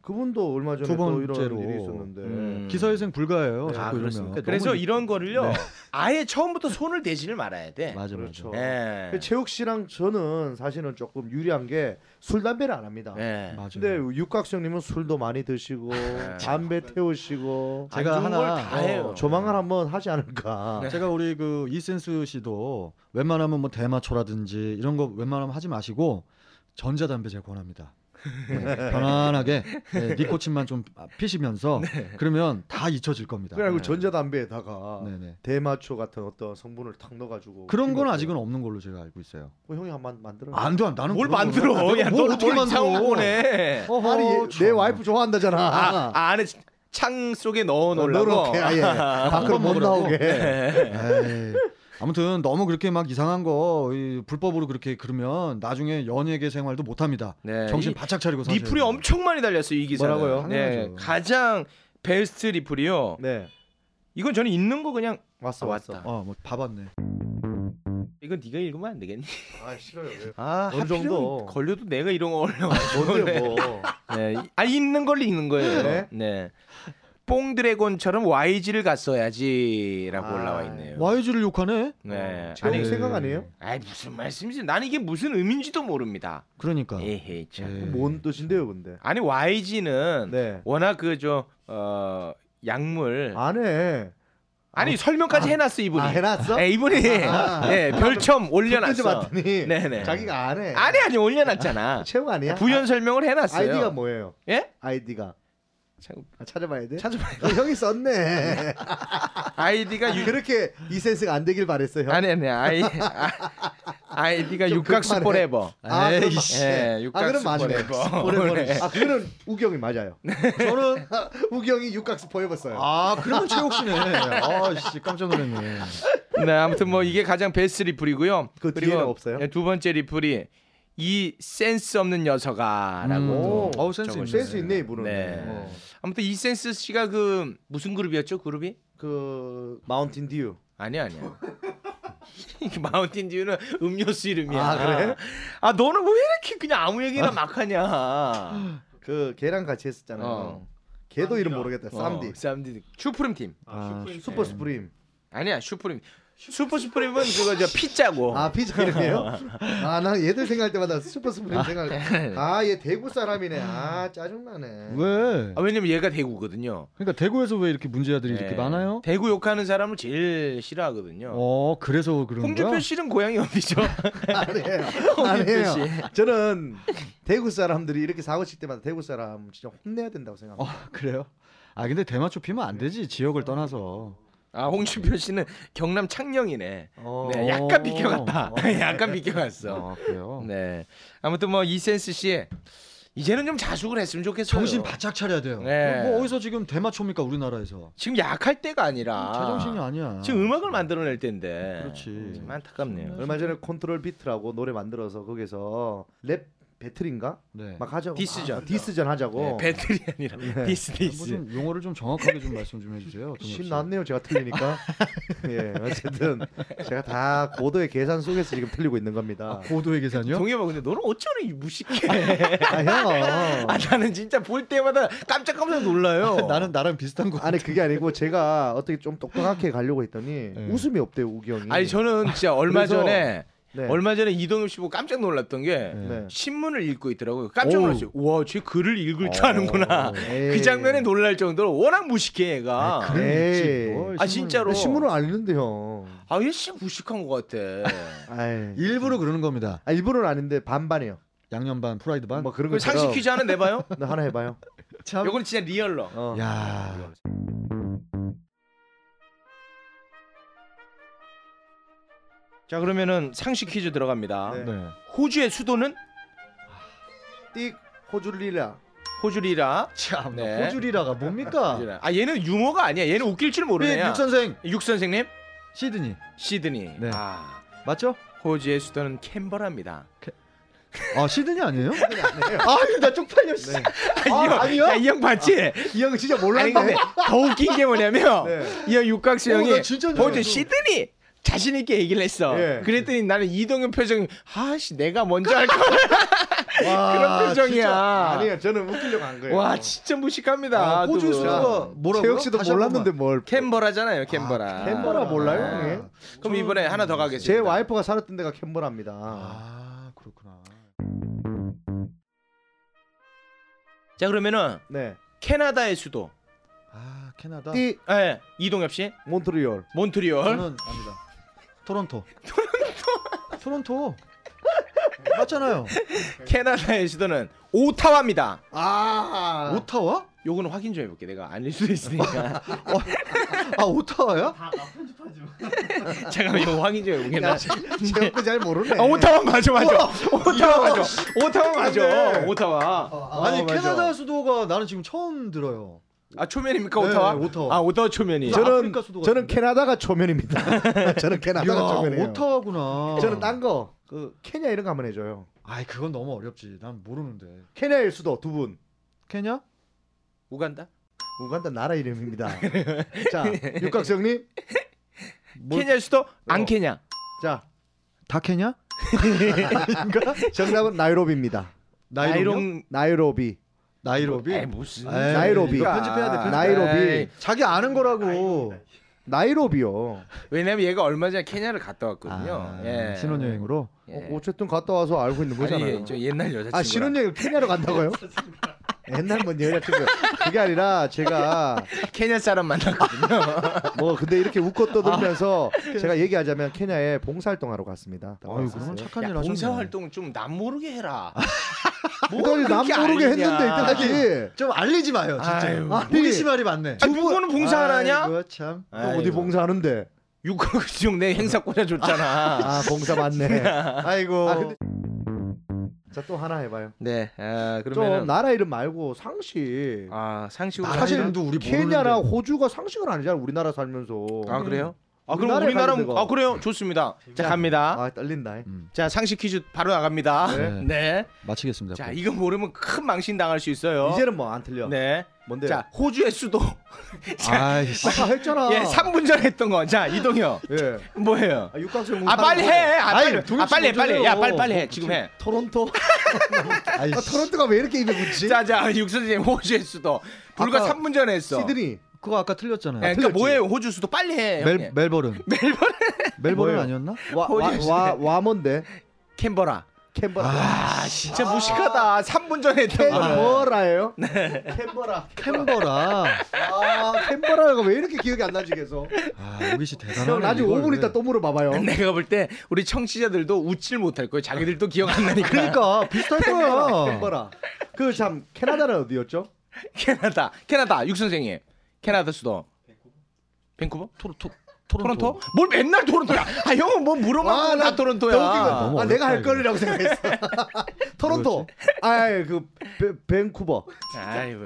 그분도 얼마 전에 두 또 번째로. 이런 일이 있었는데. 음. 네. 기사회생 불가예요. 아 자꾸 그렇습니까? 이러면. 그래서 너무- 이런 거를요 아예 처음부터 손을 대지를 말아야 돼. 맞아 그렇죠. 맞아. 예. 그 최욱 씨랑 저는 사실은 조금 유리한 게 술 담배를 안 합니다. 예. 맞아요. 근데 육각수 형님은 술도 많이 드시고 담배 태우시고 예. 어, 제가 안 좋은 하나- 어, 예. 걸다 해요. 조만간 한번 하지 않을까. 네. 제가 우리 그 이센스 씨도 웬만하면 뭐 대마초라든지 이런 거 웬만하면 하지 마시고 전자담배 제일 권합니다. 네, 편안하게 네, 니코틴만 좀 피시면서 네. 그러면 다 잊혀질 겁니다. 그리고 전자담배에다가 네. 네네. 대마초 같은 어떤 성분을 탁 넣어가지고 그런 건뭐 피면 아직은 아, 없는 걸로 제가 알고 있어요. 뭐 형이 한번 만들어. 안 돼, 안- 뭐 나는 뭘 그런 거- 만들어? 내가 야, 뭘 너 어떻게 이상한 거네. 어허, 아니 얘- 내 참. 와이프 좋아한다잖아. 아, 아, 안에 창 속에 넣어 놓으려고. 네. 너렇게 아예 밖으로 못 먹으라고. 나오게. 에이, 아무튼 너무 그렇게 막 이상한 거이 불법으로 그렇게 그러면 나중에 연예계 생활도 못 합니다. 네, 정신 이 바짝 차리고 사세요. 리플이 엄청 많이 달렸어요, 이 기사는. 뭐라고요? 네. 당연하죠. 가장 베스트 리플이요. 네. 이건 저는 있는 거 그냥 왔어 아, 왔어. 왔다. 어, 뭐 봐봤네. 이건 네가 읽으면 안 되겠니? 아 싫어요. 왜? 아, 어느 하필이면 정도. 걸려도 내가 이런 거 어려워. 뭔데요 뭐. 네. 아 있는 걸로 읽는 거예요. 네. 네. 뽕드래곤처럼 YG를 갔어야지라고 아, 올라와 있네요. YG를 욕하네. 네. 제가 아니, 생각 아니에요? 아이 무슨 말씀이지? 나는 이게 무슨 의미인지도 모릅니다. 아. 그러니까. 에헤이 참. 예. 뭔 뜻인데요 근데. 아니 YG는 네. 워낙 그저 어, 약물 안해. 아니 설명까지 해놨어 이분이. 아 해놨어? 네, 이분이 아. 네, 별첨 지 올려놨어. 봤더니 네네. 자기가 안해. 아니 아니 올려놨잖아. 채용 아니야? 부연 설명을 아, 해놨어요. 아이디가 뭐예요? 예? 아이디가 참, 아, 찾아봐야 돼. 찾아봐요. 어, 형이 썼네. 아이디가 유... 그렇게 이 센스가 안 되길 바랬어 형. 아니 아니 아이 아, 아이디가 좀 육각수 극만해. 포레버. 아, 그럼 에이씨. 예, 아 육각수 그럼 맞네. 포레버. 포레버네. 아 그거는 우경이 맞아요. 저는 우경이 육각수 포레버써요. 아, 그러면 최욱 씨네. 아, 씨 깜짝 놀랐네. 네 아무튼 뭐 이게 가장 베스트 리플이고요. 그 뒤에는 없어요? 예, 두 번째 리플이 이 센스 없는 녀석아라고. 오. 어우 센스 있네. 음. 센스 있네 이분은. 네. 어. 아무튼 이 센스 씨가 그 무슨 그룹이었죠? 그룹이? 그 마운틴 듀. 아니야 아니야. 마운틴 듀는 음료수 이름이야. 아, 그래? 아 너는 왜 이렇게 그냥 아무 얘기나 막 하냐? 그 걔랑 같이 했었잖아요. 어. 걔도 이름 모르겠다. 쌈디. 어, 쌈디. 슈프림 팀. 아, 슈퍼 스프림. 아니야 슈프림. 슈퍼 슈프림은 그거 저 피자고. 아 피자 이름이에요? 아나 얘들 생각할 때마다 슈퍼 스프림 생각. 아얘 대구 사람이네. 아 짜증나네. 왜? 아, 네. 왜냐면 얘가 대구거든요. 그러니까 대구에서 왜 이렇게 문제아들이 이렇게 네. 많아요? 대구 욕하는 사람을 제일 싫어하거든요. 어, 그래서 그런 거야? 홍준표 씨는 고향이 어디죠? 아니에요. 홍준표 씨. 아니에요. 저는 대구 사람들이 이렇게 사고 칠 때마다 대구 사람 진짜 혼내야 된다고 생각합니다. 아, 그래요? 아, 근데 대마 좁히면 안 되지. 지역을 떠나서. 아 홍준표 씨는 경남 창녕이네. 어. 네, 약간 비껴갔다. 어. 네, 약간 비껴갔어. 아, 그래요? 네. 아무튼 뭐 이센스 씨 이제는 좀 자숙을 했으면 좋겠어요. 정신 바짝 차려야 돼요. 네. 뭐 어디서 지금 대마 춥니까 우리나라에서? 지금 약할 때가 아니라 음, 제정신이 아니야. 지금 음악을 만들어낼 때인데. 그렇지. 참 안타깝네요. 예. 얼마 전에 컨트롤 비트라고 노래 만들어서 거기서 랩 배틀인가 네. 막 하자고 디스전. 아, 디스전 하자고 어. 네, 배틀이 아니라 디스 뭐 디스. 좀 용어를 좀 정확하게 좀 말씀 좀 해주세요. 동엽 씨. 그렇죠. 신났네요 제가 틀리니까 예 어쨌든 제가 다 고도의 계산 속에서 지금 틀리고 아. 있는 아, 겁니다 고도의 계산이요? 동엽아 근데 너는 어쩌니 무식해. 아형 네. 아 나는 진짜 볼 때마다 깜짝깜짝 놀라요. 나는 나랑 비슷한 거. 아니 그게 아니고 제가 어떻게 좀 똑똑하게 가려고 했더니 네. 웃음이 없대요 우기 형이 아니 저는 진짜 얼마 그래서- 전에 네. 얼마 전에 이동엽 씨 보고 깜짝 놀랐던 그, 게 네. 신문을 읽고 있더라고요. 깜짝 놀랐어요. 와, 쟤 글을 읽을 어. 줄 아는구나. 에이. 그 장면에 놀랄 정도로 워낙 무식해 얘가. 그 아, 에이. 아, 진짜로. 네. 신문을 안 읽는데 형 아, 얘씨 무식한 것 같아. 아이. 일부러 그러는 겁니다. 아, 일부러는 아닌데 반반이에요 양념 반, 프라이드 반. 뭐 그런 그 거 상식 퀴즈 하나 내봐요. 하나 해봐요 참. 요건 진짜 리얼러. 어. 야. 자 그러면은 상식 퀴즈 들어갑니다. 네. 네. 호주의 수도는 띡 호줄리라 호주리라. 참. 네. 호주리라가 뭡니까? 호주리라. 아 얘는 유머가 아니야. 얘는 웃길 줄 모르네. 우리 육 선생 육 선생님 시드니 시드니. 네. 아 맞죠? 호주의 수도는 캔버라입니다. 아 시드니 아니에요? 아나 쪽팔려 네. 아, 아니요? 야, 이형 봤지? 이형 진짜 아니 몰랐네 근데 더 웃긴 게 뭐냐면 네. 이 형 육각수 어, 형이 나 진짜 어제 몰랐어. 시드니 자신 있게 얘기를 했어. 예. 그랬더니 나는 이동현 표정이 아씨 내가 먼저 할 거야. 와, 그런 표정이야. 진짜. 아니에요. 저는 웃기려고 한 거예요. 어. 와 진짜 무식합니다. 아, 호주 두 분. 수도가 뭐라고요? 최혁 씨도 다시 한 몰랐는데 번만. 뭘. 캔버라잖아요 캔버라. 캔버라 몰라요, 아. 예. 형님? 그럼 이번에 하나 더 가겠습니다. 제 와이프가 살았던 데가 캔버라입니다. 아 그렇구나. 자 그러면은 네. 캐나다의 수도. 아 캐나다. 띠 예 이동엽 씨 몬트리올. 몬트리올. 저는 압니다. 토론토. 토론토. 토론토. 맞잖아요. 캐나다의 수도는 오타와입니다. 아. 오타와? 요거는 확인 좀 해볼게. 내가 아닐 수도 있으니까. 아 오타와야? 잠깐만 이거 확인 좀 해볼게. 나 제가 잘 모르네. 아, 오타와 맞아 맞아. 오타와 맞아. 네. 오타와 맞아. 오타와. 아니 어, 맞아. 캐나다 수도가 나는 지금 처음 들어요. 아 초면입니까 네, 오타와? 오타와. 아 오타와 초면이. 저- 저는 아프리카 수도 저는 같은데? 캐나다가 초면입니다. 저는 이야, 캐나다가 초면이에요. 오타와구나. 저는 딴 거. 그 케냐 이런 거 한번 해줘요. 아이 그건 너무 어렵지. 난 모르는데. 케냐일 수도 두 분. 케냐? 우간다? 우간다 나라 이름입니다. 자, 육각성님. 뭘- 케냐 수도 안 케냐. 자, 다 캐냐? 정답은 나이로비입니다. 나이로비. 나이로비. 뭐, 나이로비. 에이, 무슨. 아, 에이, 나이로비. 이거 편집해야 돼. 편집. 나이로비. 에이. 자기 아는 거라고. 나이로비요. 왜냐면 얘가 얼마 전에 케냐를 갔다 왔거든요. 예. 아, 네, 신혼여행으로. 예. 어, 쨌든 갔다 와서 알고 있는 거잖아요. 아니, 저 옛날 여자친구. 아 신혼여행 케냐로 간다고요? 옛날 뭔 여자친구 그게 아니라 제가 케냐 사람 만났거든요. 뭐 근데 이렇게 웃고 떠들면서 아. 제가 얘기하자면 케냐에 봉사활동하러 갔습니다. 아유 그러면 착한 야, 일 하셨네. 봉사 활동은 좀 남 모르게 해라. 뭐뭐 그걸 남 모르게 했는데 이때까지 좀 알리지 마요 진짜. 아유. 아, 호기심 말이 많네. 아, 누구는 봉사 안 하냐? 아이고, 참. 또 어디 봉사하는데 육각 지역 내 행사 꽂아줬잖아. 아 봉사 맞네. 아이고. 아, 근데- 자 또 하나 해봐요. 네, 아, 좀 그러면 나라 이름 말고 상식. 아 상식으로 사실 하면- 이름도 우리 케냐나 모르는데. 호주가 상식은 아니잖아 우리나라 살면서. 아 그래요? 아 그럼 우리나라에 우리나라 가는 데가. 아 그래요? 좋습니다. 자 갑니다. 아 떨린다. 자 상식 퀴즈 바로 나갑니다. 네. 네. 마치겠습니다. 자 꼭. 이거 모르면 큰 망신 당할 수 있어요. 이제는 뭐 안 틀려. 네. 뭔데요? 자 호주의 수도. 자, 아이씨. 아까 했잖아. 예, 3분 전에 했던 거. 자 이동혁 예. 뭐예요? 아, 육각수 아 빨리 해. 아 빨리. 아니, 도대체 아 빨리 해, 빨리. 해. 야 빨리 빨리 해. 뭐죠? 지금 해. 토론토. 아, 아이씨. 토론토가 왜 이렇게 입에 붙지? 자자 육선생님 호주의 수도 불과 아까 3분 전에 했어. 시드니. 그거 아까 틀렸잖아요. 예, 그러니까 뭐예요? 호주 수도 빨리 해. 멜 멜... 멜버른. 멜버른 멜버른 뭐예요? 아니었나? 와, 와, 호주 와, 와몬데. 캔버라. 캔버라. 아 진짜 무식하다. 3분 전에 했던 거. 캔버라예요? 네. 캔버라. 캔버라. 아, 캔버라가 왜 이렇게 기억이 안 나지 계속? 아, 오기 씨 대단하네. 형 나중에 이걸 5분 왜- 있다 또 물어봐봐요. 내가 볼 때 우리 청취자들도 웃질 못할 거예요. 자기들도 기억 안 나니까. 그러니까 비슷할 거야. 캔버라. 그 참 캐나다는 어디였죠? 캐나다, 캐나다 육 선생님, 캐나다 수도 밴쿠버, 토론토. 토론토? 뭘 맨날 토론토야? 아 형은 뭐 물어봐. 와, 나 나 토론토야. 더 웃긴 거. 너무 아, 어렵다, 내가 할 이거. 거리라고 생각했어. 토론토. 아, 그 밴- 밴쿠버. 아이고.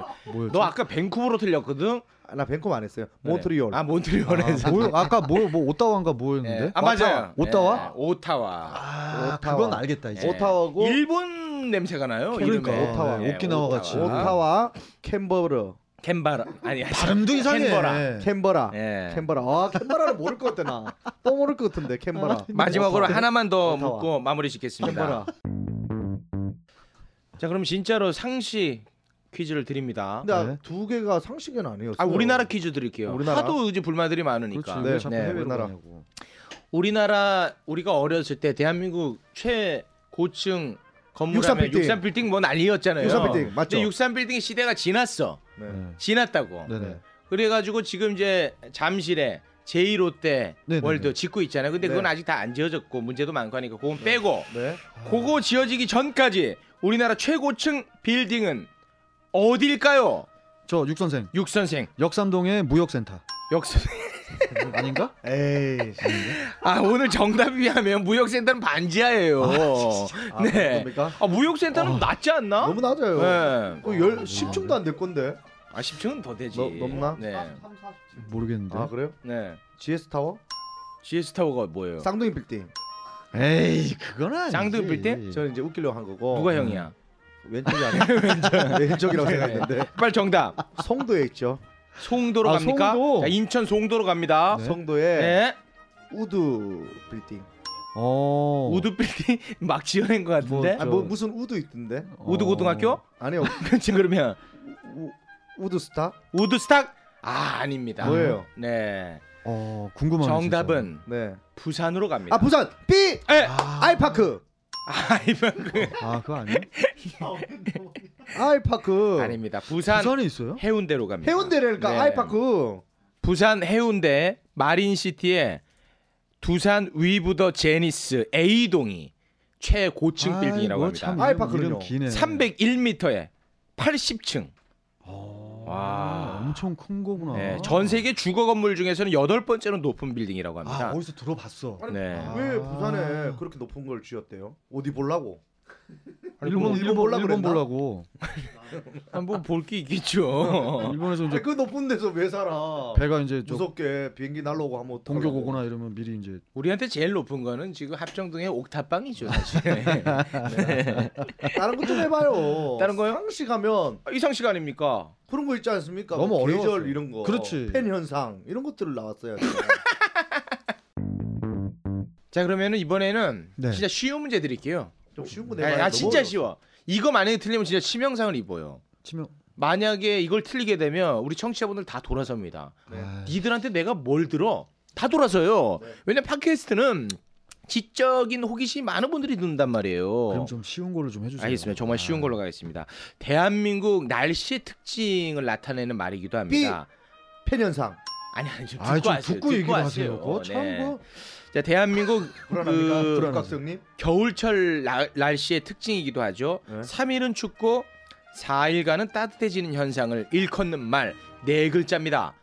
너 아까 밴쿠버로 틀렸거든. 아, 나 밴쿠버 안 했어요. 몬트리올. 아 몬트리올에서. 아, 뭐, 아까 뭐 뭐 오타와인가 뭐였는데? 예. 아 맞아요. 오타와? 예, 오타와. 아, 오타와. 그건 알겠다 이제. 예. 오타와고 일본 냄새가 나요. 그러니까, 이름에. 예, 오타와, 오키나와 아. 같이. 오타와 캔버라. 캔바라 아니 발음도 이상해. 캔버라. 네. 캔버라. 예. 캔버라. 아, 캔버라는 모를 것 같아 나. 또 모를 것 같은데 캔버라. 마지막으로 하나만 더 오타와. 묻고 마무리 짓겠습니다. 캔버라. 자 그럼 진짜로 상식 퀴즈를 드립니다. 근데 아, 네. 두 개가 상식은 아니었어요. 네. 아 우리나라 퀴즈 드릴게요. 그렇죠. 우리나라? 하도 이제 불만들이 그렇지. 많으니까. 왜 자꾸 네, 해외로 우리나라. 가냐고. 우리나라 우리가 어렸을 때 대한민국 최고층 건물하면 63빌딩. 63빌딩. 뭐 난리였잖아요. 네, 63빌딩, 맞죠? 근데 63빌딩 시대가 지났어. 네. 지났다고. 네네. 그래가지고 지금 이제 잠실에 제1롯데 네네네. 월드 짓고 있잖아요. 근데 그건 네. 아직 다 안 지어졌고 문제도 많고 하니까 그건 빼고 네. 그거 지어지기 전까지 우리나라 최고층 빌딩은 어딜까요? 저 육선생 육 선생, 역삼동의 무역센터 역 선생. 아닌가? 에이. 아 오늘 정답이 하면 무역센터는 반지하예요. 아, 네. 그렇습니까? 아 무역센터는 낮지 않나? 너무 낮아요. 네. 그 열, 10층도 안 될 건데. 아 10층은 더 되지. 너- 넘나? 네. 모르겠는데. 아, 그래요? 네. GS 타워? GS 타워가 뭐예요? 쌍둥이 빌딩. 에이 그건 아니지. 쌍둥이 네. 빌딩? 저는 이제 웃기려고 한 거고. 누가 형이야? 왼쪽이 아니야. 왼쪽이라고 생각했는데. 빨리 정답. 송도에 있죠. 송도로 아, 갑니까? 송도. 자, 인천 송도로 갑니다. 네. 송도에 네. 우드 빌딩. 어. 우드 빌딩 막 지어낸 것 같은데. 아, 뭐 어. 무슨 우드 있던데? 어. 우드 고등학교? 아니요. 그렇지 그러면 우- 우드스타? 우드 스탁? 아 아닙니다. 뭐예요? 네. 어 궁금하네. 정답은 네. 부산으로 갑니다. 아 부산 B 에! 아이파크 아이면 그 진짜. 아 그거 아니야? 아이파크 아닙니다. 부산 부산에 있어요? 해운대로 갑니다. 그 해운대라니까 네. 아이파크 부산 해운대 마린시티에 두산 위브더 제니스 A동이 최고층 아이고, 빌딩이라고 참 예. 이름- 합니다. 아이파크는요? 이름 기네. 301m에 80층. 어, 와. 엄청 큰 거구나. 네, 전 세계 주거 건물 중에서는 여덟 번째로 높은 빌딩이라고 합니다. 아 어디서 들어봤어. 아, 네. 왜 부산에 그렇게 높은 걸 지었대요? 어디 보려고? 일본 일본 보려고 일본 그랬나? 보려고 한번 볼 게 있겠죠. 일본에서 아니, 이제 그 높은 데서 왜 살아? 배가 이제 좀 무섭게 비행기 날라오고 하면 어떡하려고. 동격 오거나 이러면 미리 이제 우리한테 제일 높은 거는 지금 합정동의 옥탑방이죠, 사실. 네. 다른 것 좀 해봐요. 다른 거요? 상시 가면 이상 시간입니까 그런 거 있지 않습니까? 너무 뭐 계절 어려웠어요. 이런 거. 그렇지. 팬 현상 이런 것들을 나왔어요. 자, 그러면은 이번에는 네. 진짜 쉬운 문제 드릴게요. 좀 쉬운 거뭐 아, 내봐요. 아, 네, 너무 진짜 어려워. 쉬워. 이거 만약에 틀리면 진짜 치명상을 입어요. 치명 만약에 이걸 틀리게 되면 우리 청취자분들 다 돌아섭니다. 아, 니들한테 내가 뭘 들어? 다 돌아서요. 네. 왜냐면 팟캐스트는 지적인 호기심이 많은 분들이 듣는단 말이에요. 그럼 좀 쉬운 걸로 좀 해주세요. 아. 알겠습니다. 정말 쉬운 걸로 가겠습니다. 대한민국 날씨의 특징을 나타내는 말이기도 합니다. 팬 현상. 아니 아니 좀 듣고 아, 좀 하세요. 듣고 얘기를 하세요. 하세요. 그거 참 뭐. 네. 그거. 자, 대한민국 불안합니까? 그 불안각성님. 겨울철 나- 날씨의 특징이기도 하죠. 네. 3일은 춥고 4일간은 따뜻해지는 현상을 일컫는 말 네 글자입니다.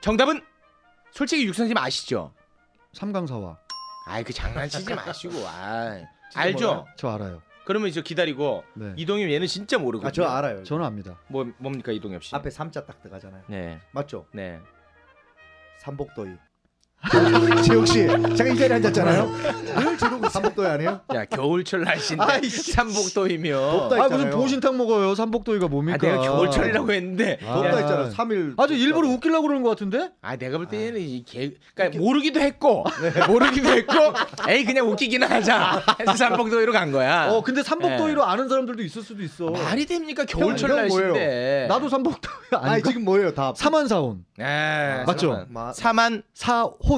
정답은 솔직히 육선생님 아시죠? 삼강사와 아이 그 장난치지 마시고 아 알죠? 저 알아요. 그러면 저 기다리고 네. 이동엽 얘는 진짜 모르거든요. 아 저 알아요. 그 저는 압니다. 뭐 뭡니까 이동엽 씨? 앞에 삼자 딱 들어가잖아요. 네. 맞죠? 네. 삼복도이. 재욱 씨, 제가 이 자리에 앉았잖아요. 늘 저러고 삼복도이 아니에요? 야 겨울철 날씨인데 삼복도이면 덥다 아 있잖아요. 무슨 보신탕 먹어요? 삼복도이가 뭡니까? 아, 내가 겨울철이라고 했는데 덥다 아. 있잖아. 3일. 아주 일부러 웃기려고 그러는 것 같은데? 아 내가 볼 때는 이개 그러니까 모르기도 했고 모르기도 했고 에이 그냥 웃기기나 하자 해서 삼복도이로 간 거야. 어 근데 삼복도이로 아는 사람들도 있을 수도 있어. 아. 예. 말이 됩니까 형, 겨울철 형 뭐예요? 날씨인데. 나도 삼복도이 아닌가? 아니 지금 뭐예요? 답. 사만사온 아, 맞죠? 잠깐만. 마- 사만 사혼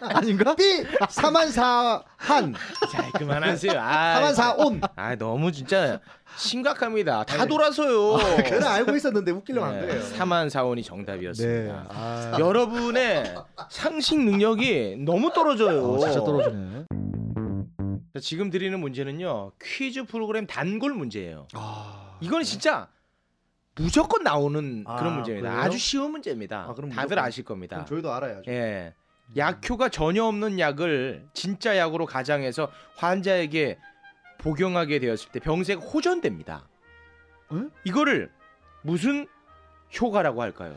아닌가? B 사만사한 자 그만하세요. 아, 사만사온. 아 너무 진짜 심각합니다. 다 돌아서요. 그건 알고 있었는데 웃기려고 한 네, 거예요. 네. 사만 사원이 정답이었습니다. 아, 여러분의 상식 능력이 너무 떨어져요. 어, 진짜 떨어지네. 자, 지금 드리는 문제는요 퀴즈 프로그램 단골 문제예요. 아, 이건 진짜 무조건 나오는 아, 그런 문제입니다. 그래요? 아주 쉬운 문제입니다. 아, 그럼 다들 무조건. 아실 겁니다. 그럼 저희도 알아야죠. 예. 약효가 전혀 없는 약을 진짜 약으로 가장해서 환자에게 복용하게 되었을 때 병세가 호전됩니다. 응? 이거를 무슨 효과라고 할까요?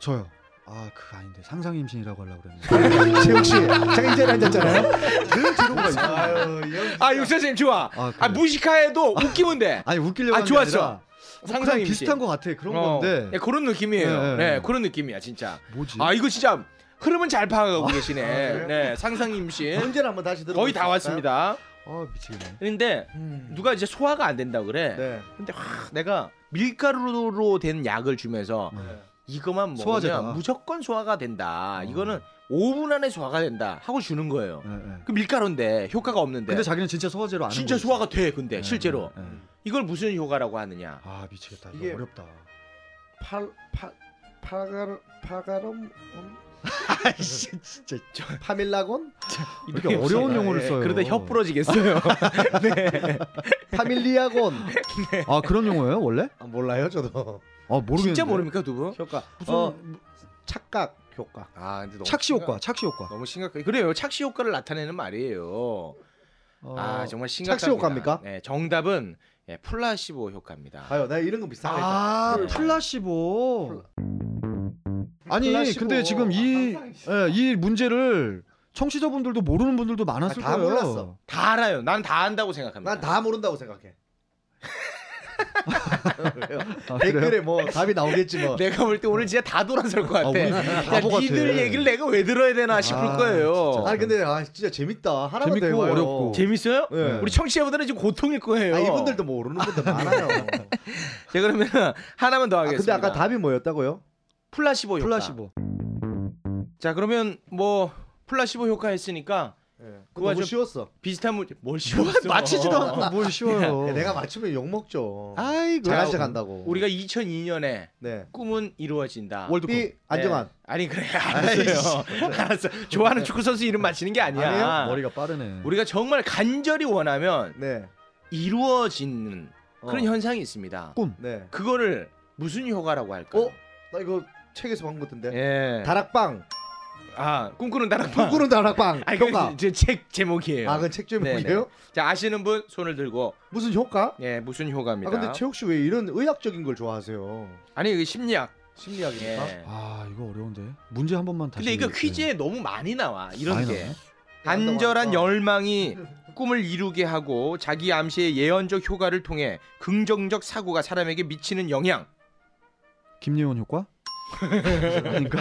저요. 아 그거 아닌데 상상 임신이라고 하려고 그랬는데. 재욱 씨, 제가 이 자리에 앉았잖아요. 늘 저러고 있어요. 아유, 이 형. 아, 육선생님 좋아. 아, 그래요? 아, 무식하에도 웃기면 돼. 아니 웃기려고 아, 한게 좋았어. 아니라 뭐 그냥 상상 임신. 비슷한 것 같아 그런 어, 건데 네, 그런 느낌이에요. 네, 네, 네. 그런 느낌이야, 진짜. 뭐지? 아, 이거 진짜 흐름은 잘 파악하고 계시네. 네, 상상 임신. 문제를 한번 다시 들어. 거의 다 왔습니다. 아 미치겠네. 근데 누가 이제 소화가 안 된다 그래. 음. 네. 근데 확 내가 밀가루로 된 약을 주면서 네. 이거만 먹으면 소화제다. 어. 무조건 소화가 된다. 이거는 5분 안에 소화가 된다 하고 주는 거예요. 네, 네. 그 밀가루인데 효과가 없는데 근데 자기는 진짜 소화제로 안. 네. 진짜 소화가 돼. 근데 실제로 네. 이걸 무슨 효과라고 하느냐? 아 미치겠다. 이거 이게- 어렵다. 팔파 파가르 파가름 아이씨 진짜 파밀라곤 이렇게 어려운 용어를 써요. 예, 그러다 혀 부러지겠어요. 파밀리아곤 아 그런 용어예요 원래? 아, 몰라요 저도 아 모르겠는데. 네. 진짜 모릅니까 두 분? 효과 어, 착각 효과 아 근데 너무 착시 심각- 효과, 착시 효과. 너무 심각해. 그래요. 착시 효과를 나타내는 말이에요. 어, 아 정말 심각합니다. 효과입니까? 네, 정답은 예, 플라시보 효과입니다. 아유 나 이런 거 비슷하다 아, 네. 플라시보. 아니 플라시보. 근데 지금 이, 예, 이 문제를 청취자분들도 모르는 분들도 많았을 아, 다 거예요. 몰랐어. 다 알아요. 난 다 안다고 생각합니다. 난 다 모른다고 생각해 왜요? 아, 그래요? 댓글에 뭐 답이 나오겠지 뭐 내가 볼 때 오늘 진짜 다 돌아설 것 같아. 아, 우리 야, 바보 같아. 니들 얘기를 내가 왜 들어야 되나 싶을 아, 거예요. 아, 아 근데 아 진짜 재밌다 하나만 재밌고 더 해봐요. 어렵고. 재밌어요? 네. 우리 청취자분들은 지금 고통일 거예요. 네. 아 이분들도 모르는 분들 많아요 자 그러면 하나만 더 아, 하겠습니다. 근데 아까 답이 뭐였다고요? 플라시보 효과. 플라시보. 자 그러면 뭐 플라시보 효과 했으니까 네. 그거 그거 너무 좀- 쉬웠어 비슷한 문제 뭘 쉬웠어? 맞히지도 아, 뭘 쉬워요. 야, 네, 내가 맞추면 욕먹죠 아이고. 잘한 어. 자, 척 한다고 우리가 2002년에 네 꿈은 이루어진다. 월드컵. B 안정환 네. 아니 그래 알았어요. 알았어. 좋아하는 축구 선수 이름 맞히는 게 아니야. 아니에요? 머리가 빠르네. 우리가 정말 간절히 원하면 네. 이루어지는 그런 현상이 있습니다. 꿈. 네. 그거를 무슨 효과라고 할까요? 어? 나 이거 책에서 본 것 같은데. 예. 다락방. 아 꿈꾸는 다락방. 꿈꾸는 다락방 아, 이거 효과. 제 책 제목이에요. 아, 그책 네네. 제목이에요? 자 아시는 분 손을 들고 무슨 효과? 예 무슨 아 효과입니다. 근데 최욱 씨 왜 이런 의학적인 걸 좋아하세요? 아니 이거 심리학. 예. 심리학입니까? 아 이거 어려운데 문제 한 번만 다시 근데 이거 네. 퀴즈에 너무 많이 나와 이런 많이 게 나와요? 어. 간절한 열망이 꿈을 이루게 하고 자기 암시의 예언적 효과를 통해 긍정적 사고가 사람에게 미치는 영향 김예원 효과? 아닌가?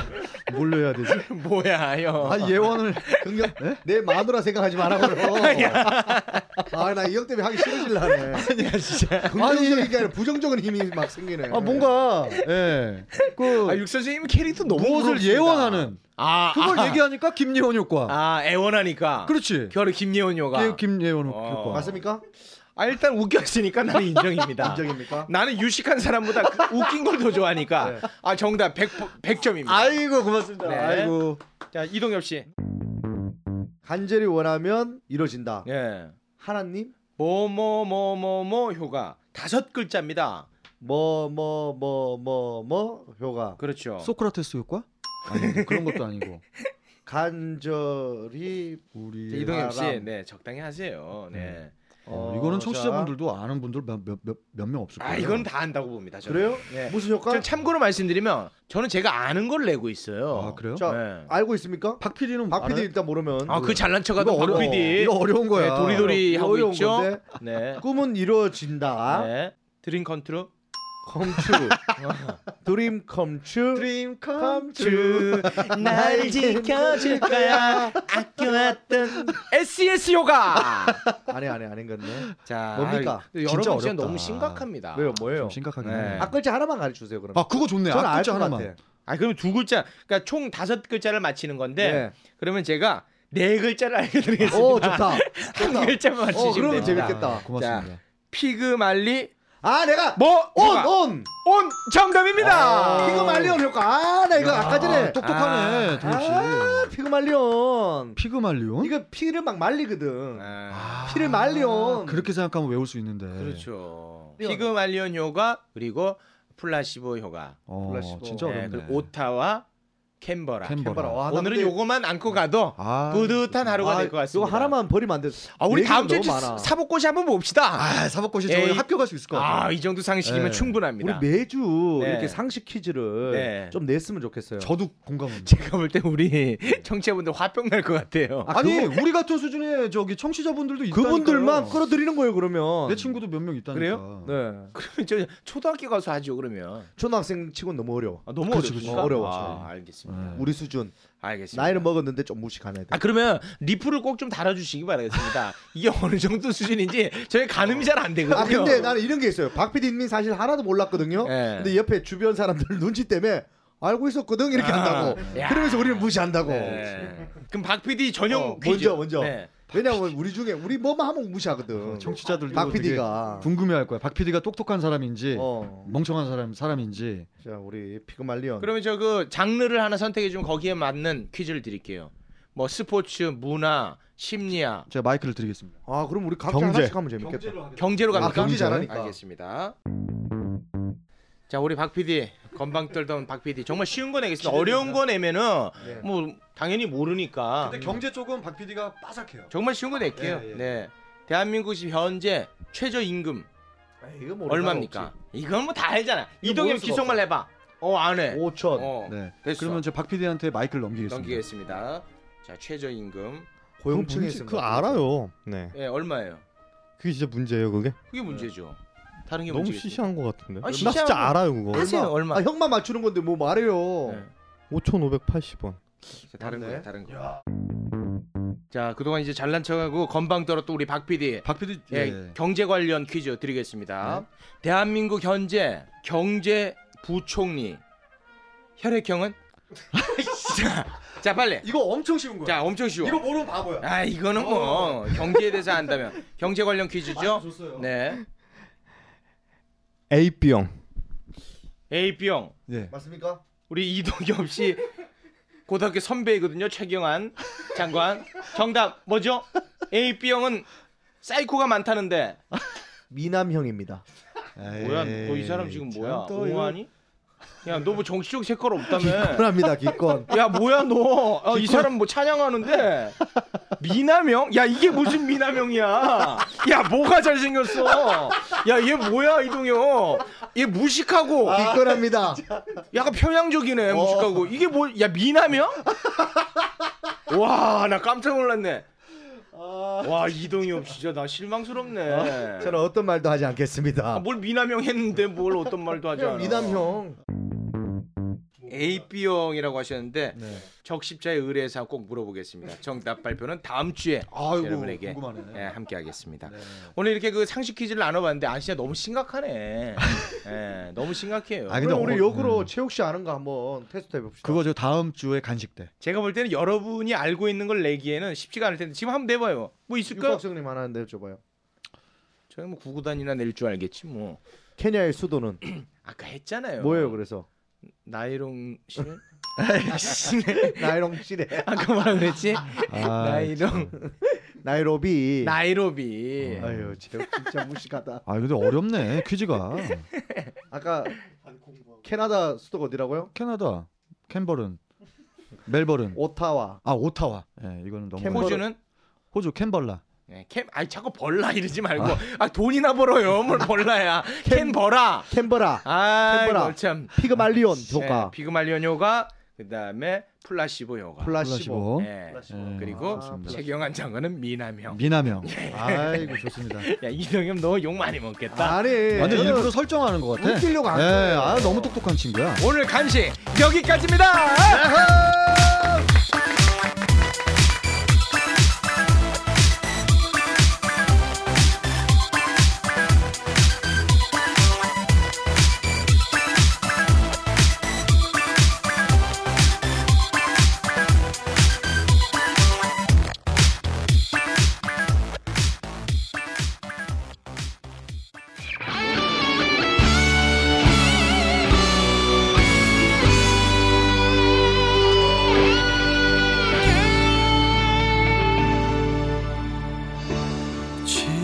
뭘로 해야 되지? 뭐야 형 아 예원을 긍정 네? 내 마누라 생각하지 말라고요. 아나 이 형 때문에 하기 싫어질라네. 아니야 진짜 긍정적인 게 아니라 부정적인 힘이 막 생기네. 아 뭔가 예. 그 아, 육 선생님 캐릭터 너무 무엇을 부럽습니다. 예원하는 아 그걸 아, 얘기하니까 김예원 효과. 아 애원하니까 그렇지. 결혼 김예원 예, 요가 김예원 어. 효과. 네. 맞습니까? 아 일단 웃겼으니까 나는 인정입니다 긍정입니까? 나는 유식한 사람보다 그 웃긴 걸 더 좋아하니까 아 정답 100, 100점입니다 네. 아이고 고맙습니다. 네. 아이고. 자 이동엽 씨 간절히 원하면 이루어진다. 네. 예. 하나님 뭐, 뭐뭐뭐뭐뭐 효과 다섯 글자입니다 뭐 뭐 뭐 뭐 뭐 효과 그렇죠 소크라테스 효과? 아니 뭐 그런 것도 아니고. 간절히 우리 이동엽 바람. 씨네 적당히 음. 하세요 네. 어, 이거는 자, 청취자분들도 아는 분들 몇몇몇 명 없을 거예요. 아 이건 다 안다고 봅니다 저는. 그래요? 네. 무슨 효과? 전 참고로 말씀드리면 저는 제가 아는 걸 내고 있어요. 아, 그래요? 자, 네. 알고 있습니까? 박 PD는 박 PD 일단 모르면 아, 그 잘난 척하던 이거 박 어려워. PD. 이거 어려운 거야. 네, 도리도리 하고 어려운 있죠. 건데. 네. 꿈은 이루어진다. 네. 드림 컨트롤. 컴츄 드림 컴츄 드림 컴 컴츄 음, 날 지켜줄 거야. 아껴왔던 SES 요가. 아니 아니 아닌 건데 자, 뭡니까? 아, 여러분 진짜 진짜, 어렵다. 너무 아, 심각합니다. 왜요 뭐예요? 심각하긴 네. 하네. 앞 글자 하나만 가르쳐 주세요 그럼. 아 그거 좋네. 저는 앞 알 글자 것 하나만. 같아. 아, 그러면 두 글자. 그러니까 총 다섯 글자를 맞히는 건데 네. 그러면 제가 네 글자를 알려 드리겠습니다. 네. 오 좋다. 한 글자만 맞히시면 어 됩니다. 그러면 재밌겠다. 아, 고맙습니다. 피그말리 아 내가 뭐 온 효과. 온. 온 정답입니다. 어. 피그말리온 효과. 아 나 이거 아까 전에 똑똑하네 도엽 씨. 아, 피그말리온. 피그말리온? 이거 피를 막 말리거든. 아, 피를 말리온. 그렇게 생각하면 외울 수 있는데. 그렇죠. 네. 피그말리온 효과 그리고 플라시보 효과. 어, 플래시보. 진짜 네, 어렵네. 그리고 오타와 캔버라. 아, 캔버라. 와, 나 오늘은 근데 요거만 안고 가도 아, 뿌듯한 네. 하루가 아, 될 것 같습니다. 이거 하나만 버리면 안 돼. 아, 우리 얘기가 다음 주에 너무 많아. 사복고시 한번 봅시다. 아 사법고시 에이. 저 합격할 수 있을 것 같아요. 아, 이 정도 상식이면 네. 충분합니다. 우리 매주 네. 이렇게 상식 퀴즈를 네. 좀 냈으면 좋겠어요. 저도 공감합니다. 제가 볼 때 우리 청취자분들 화병 날 것 같아요. 아, 아, 니 우리 같은 수준의 저기 청취자분들도 있다니까요. 그분들만 끌어들이는 거예요 그러면. 내 친구도 몇 명 있다니까. 그래요? 네. 그러면 저 초등학교 가서 하죠 그러면. 초등학생 치곤 너무 어려워. 아, 너무 그렇지, 어렵습니까? 그렇지. 어려워. 아, 알겠습니다. 네. 우리 수준. 알겠습니다. 나이는 먹었는데 좀 무식한 애들. 아 그러면 리플을 꼭 좀 달아주시기 바라겠습니다. 이게 어느 정도 수준인지 저희 가늠이 잘 안 되거든요. 아 근데 나는 이런 게 있어요. 박 PD님이 사실 하나도 몰랐거든요. 예. 어? 근데 옆에 주변 사람들 눈치 때문에 알고 있었거든 이렇게 아. 한다고. 야. 그러면서 우리는 무시한다고. 네. 그럼 박 PD 전용 어, 퀴즈. 먼저, 먼저. 네. 왜냐면 우리 중에 우리 뭐만 하면 음, 무시하거든. 청취자들도 박 되게 PD가. 궁금해할 거야. 박 PD가 똑똑한 사람인지 어. 멍청한 사람 사람인지. 자 우리 피그말리언. 그러면 저 그 장르를 하나 선택해 주면 거기에 맞는 퀴즈를 드릴게요. 뭐 스포츠, 문화, 심리학, 제가 마이크를 드리겠습니다. 아 그럼 우리 각자 경제. 하나씩 하면 재밌겠다. 경제로 아, 갑니까? 경제 잘하니까. 알겠습니다. 자 우리 박 PD 건방 떨던 박 PD 정말 쉬운 거 내겠습니다. 어려운 거 내면은 네. 뭐 당연히 모르니까. 경제 쪽은 박 PD가 빠삭해요. 정말 쉬운 거 낼게요. 예, 예. 네. 대한민국 지금 현재 최저 임금 아, 이거 모르는 얼마입니까? 이건 뭐 다 알잖아. 이동엽 모를 수가 기속만 해봐. 어, 안 해. 사람 없지. 5천. 어, 네. 됐어. 그러면 저 박 PD한테 마이크를 넘기겠습니다. 넘기겠습니다. 자, 최저 임금. 고용층에 있습니다. 그거 알아요. 네. 예, 얼마예요? 그게 진짜 문제예요, 그게? 그게 문제죠. 다른 게 너무 문제겠죠. 시시한 것 같은데. 아니, 나 시시하고. 진짜 알아요, 그거. 하세요, 얼마? 아 형만 맞추는 건데 뭐 말해요. 네. 5,580원. 자, 다른 맞네. 거예요, 다른 거. 자, 그동안 이제 잘난 척하고 건방 떨었던 우리 박 PD. 박 PD 예, 경제 관련 퀴즈 드리겠습니다. 대한민국 현재 경제 부총리 혈액형은 자, 자, 빨리. 이거 엄청 쉬운 거야. 자, 엄청 쉬워. 모르면 바보야. 아 이거는 뭐 경제에 대해서 안다면 경제 관련 아, 퀴즈죠. 네. AB형. AB형 예. 맞습니까? 우리 이동엽 씨 고등학교 선배이거든요. 최경환 장관. 정답 뭐죠? AB형은 사이코가 많다는데 미남형입니다. 뭐야 너 이 사람 지금 뭐야? 또 이거- 응원이? 야 너 뭐 정치적 색깔 없다며. 기권합니다 기권. 야 뭐야 너? 아, 이 사람 뭐 찬양하는데 미남형? 야 이게 무슨 미남형이야? 야 뭐가 잘생겼어? 야 얘 뭐야 이동형? 얘 무식하고 아. 기권합니다. 약간 편향적이네 어. 무식하고 이게 뭐 야 미남형? 와 나 깜짝 놀랐네. 아. 와 이동형 진짜 나 실망스럽네. 저는 어떤 말도 하지 아, 않겠습니다. 뭘 미남형 했는데 뭘 어떤 말도 하지 않아. 미남형. AB형이라고 하셨는데 적십자의 의뢰사 꼭 물어보겠습니다. 정답 발표는 다음 주에 아이고, 여러분에게 궁금하네. 예, 함께하겠습니다. 오늘 이렇게 그 상식 퀴즈를 나눠봤는데 아 진짜 너무 심각하네. 예, 너무 심각해요. 아니, 그럼 근데 우리 어- 역으로 최욱 씨 아는 거 한번 테스트 해봅시다. 그거 저 다음 주에 간식 때. 제가 볼 때는 여러분이 알고 있는 걸 내기에는 쉽지가 않을 텐데 지금 한번 내봐요. 뭐 있을까요? 육박성님 하나 내줘봐요. 저는 뭐 구구단이나 낼 줄 알겠지 뭐. 케냐의 수도는 아까 했잖아요. 뭐예요? 그래서 나이롱 실? 아이씨, 나이롱 시대, 아까 뭐라 그랬지? 아, 나이롱 나이로비. 나이로비. 예. 어, 아유, 최욱 진짜 무식하다. 아 근데 어렵네 퀴즈가. 아까 캐나다 수도가 어디라고요? 캐나다, 캔버른, 멜버른, 오타와. 아 오타와. 예, 이거는 너무 캔버- 호주는 호주 캔벌라. 네, 캠, 아니 자꾸 벌라 이러지 말고 아 돈이나 벌어요 뭘 벌라야 캔 벌라 캔버라, 아 캔 벌아. 이거 참 피그말리온 네, 효과, 비그말리온 요가 그다음에 플라시보 요가 플라시보. 아, 네, 예, 그리고 좋습니다. 최경환 장관은 예. 미남형 미남형. 아이고 좋습니다. 야 이동엽 너 욕 많이 먹겠다 아니, 완전 예. 저는 일부러 설정하는 것 같아. 웃기려고 안 예, 거예요. 아 너무 똑똑한 친구야. 오늘 간식 여기까지입니다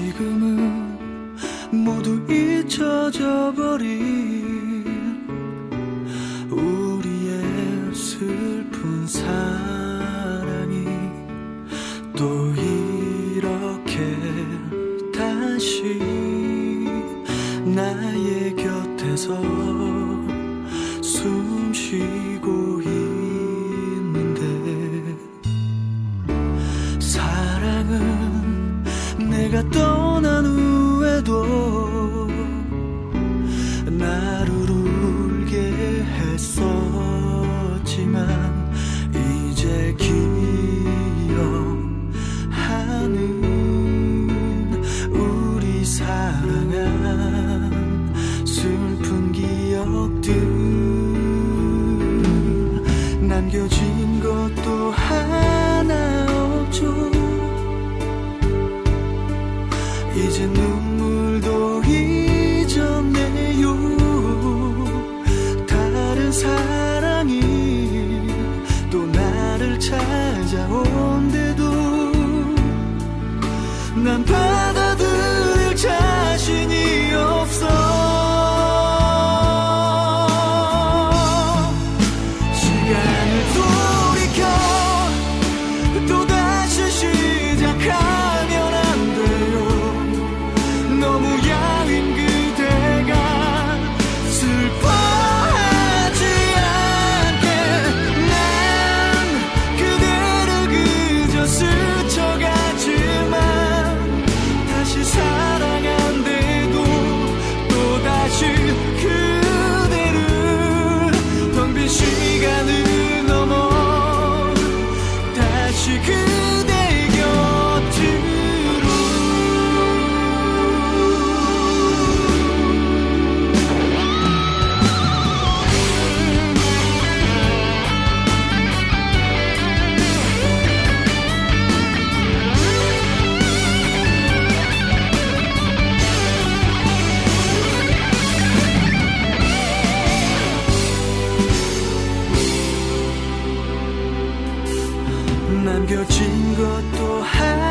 지금은 모두 잊혀져 버린 우리의 슬픈 사랑이 또 이렇게 다시 나의 곁에서 숨 쉬고 있는데 사랑은 내가 떠난 후에도 나를 울게 했었지만 이제 기억하는 우리 사랑한 슬픈 기억들 남겨진 것도 하나 없죠 이제 눈물도 잊었네요 다른 사랑이 또 나를 찾아온대도 난 받아들일 자신이 없어 시간을 돌이켜 또다시 시작하면 안 돼요 너무 야윈 그대가 슬퍼하지 않게 난 그대를 그저 스쳐가지만 다시 사랑한대도 또다시 그대를 텅빈 시간을 넘어 다시 그대 곁으로 남겨진 것도 하나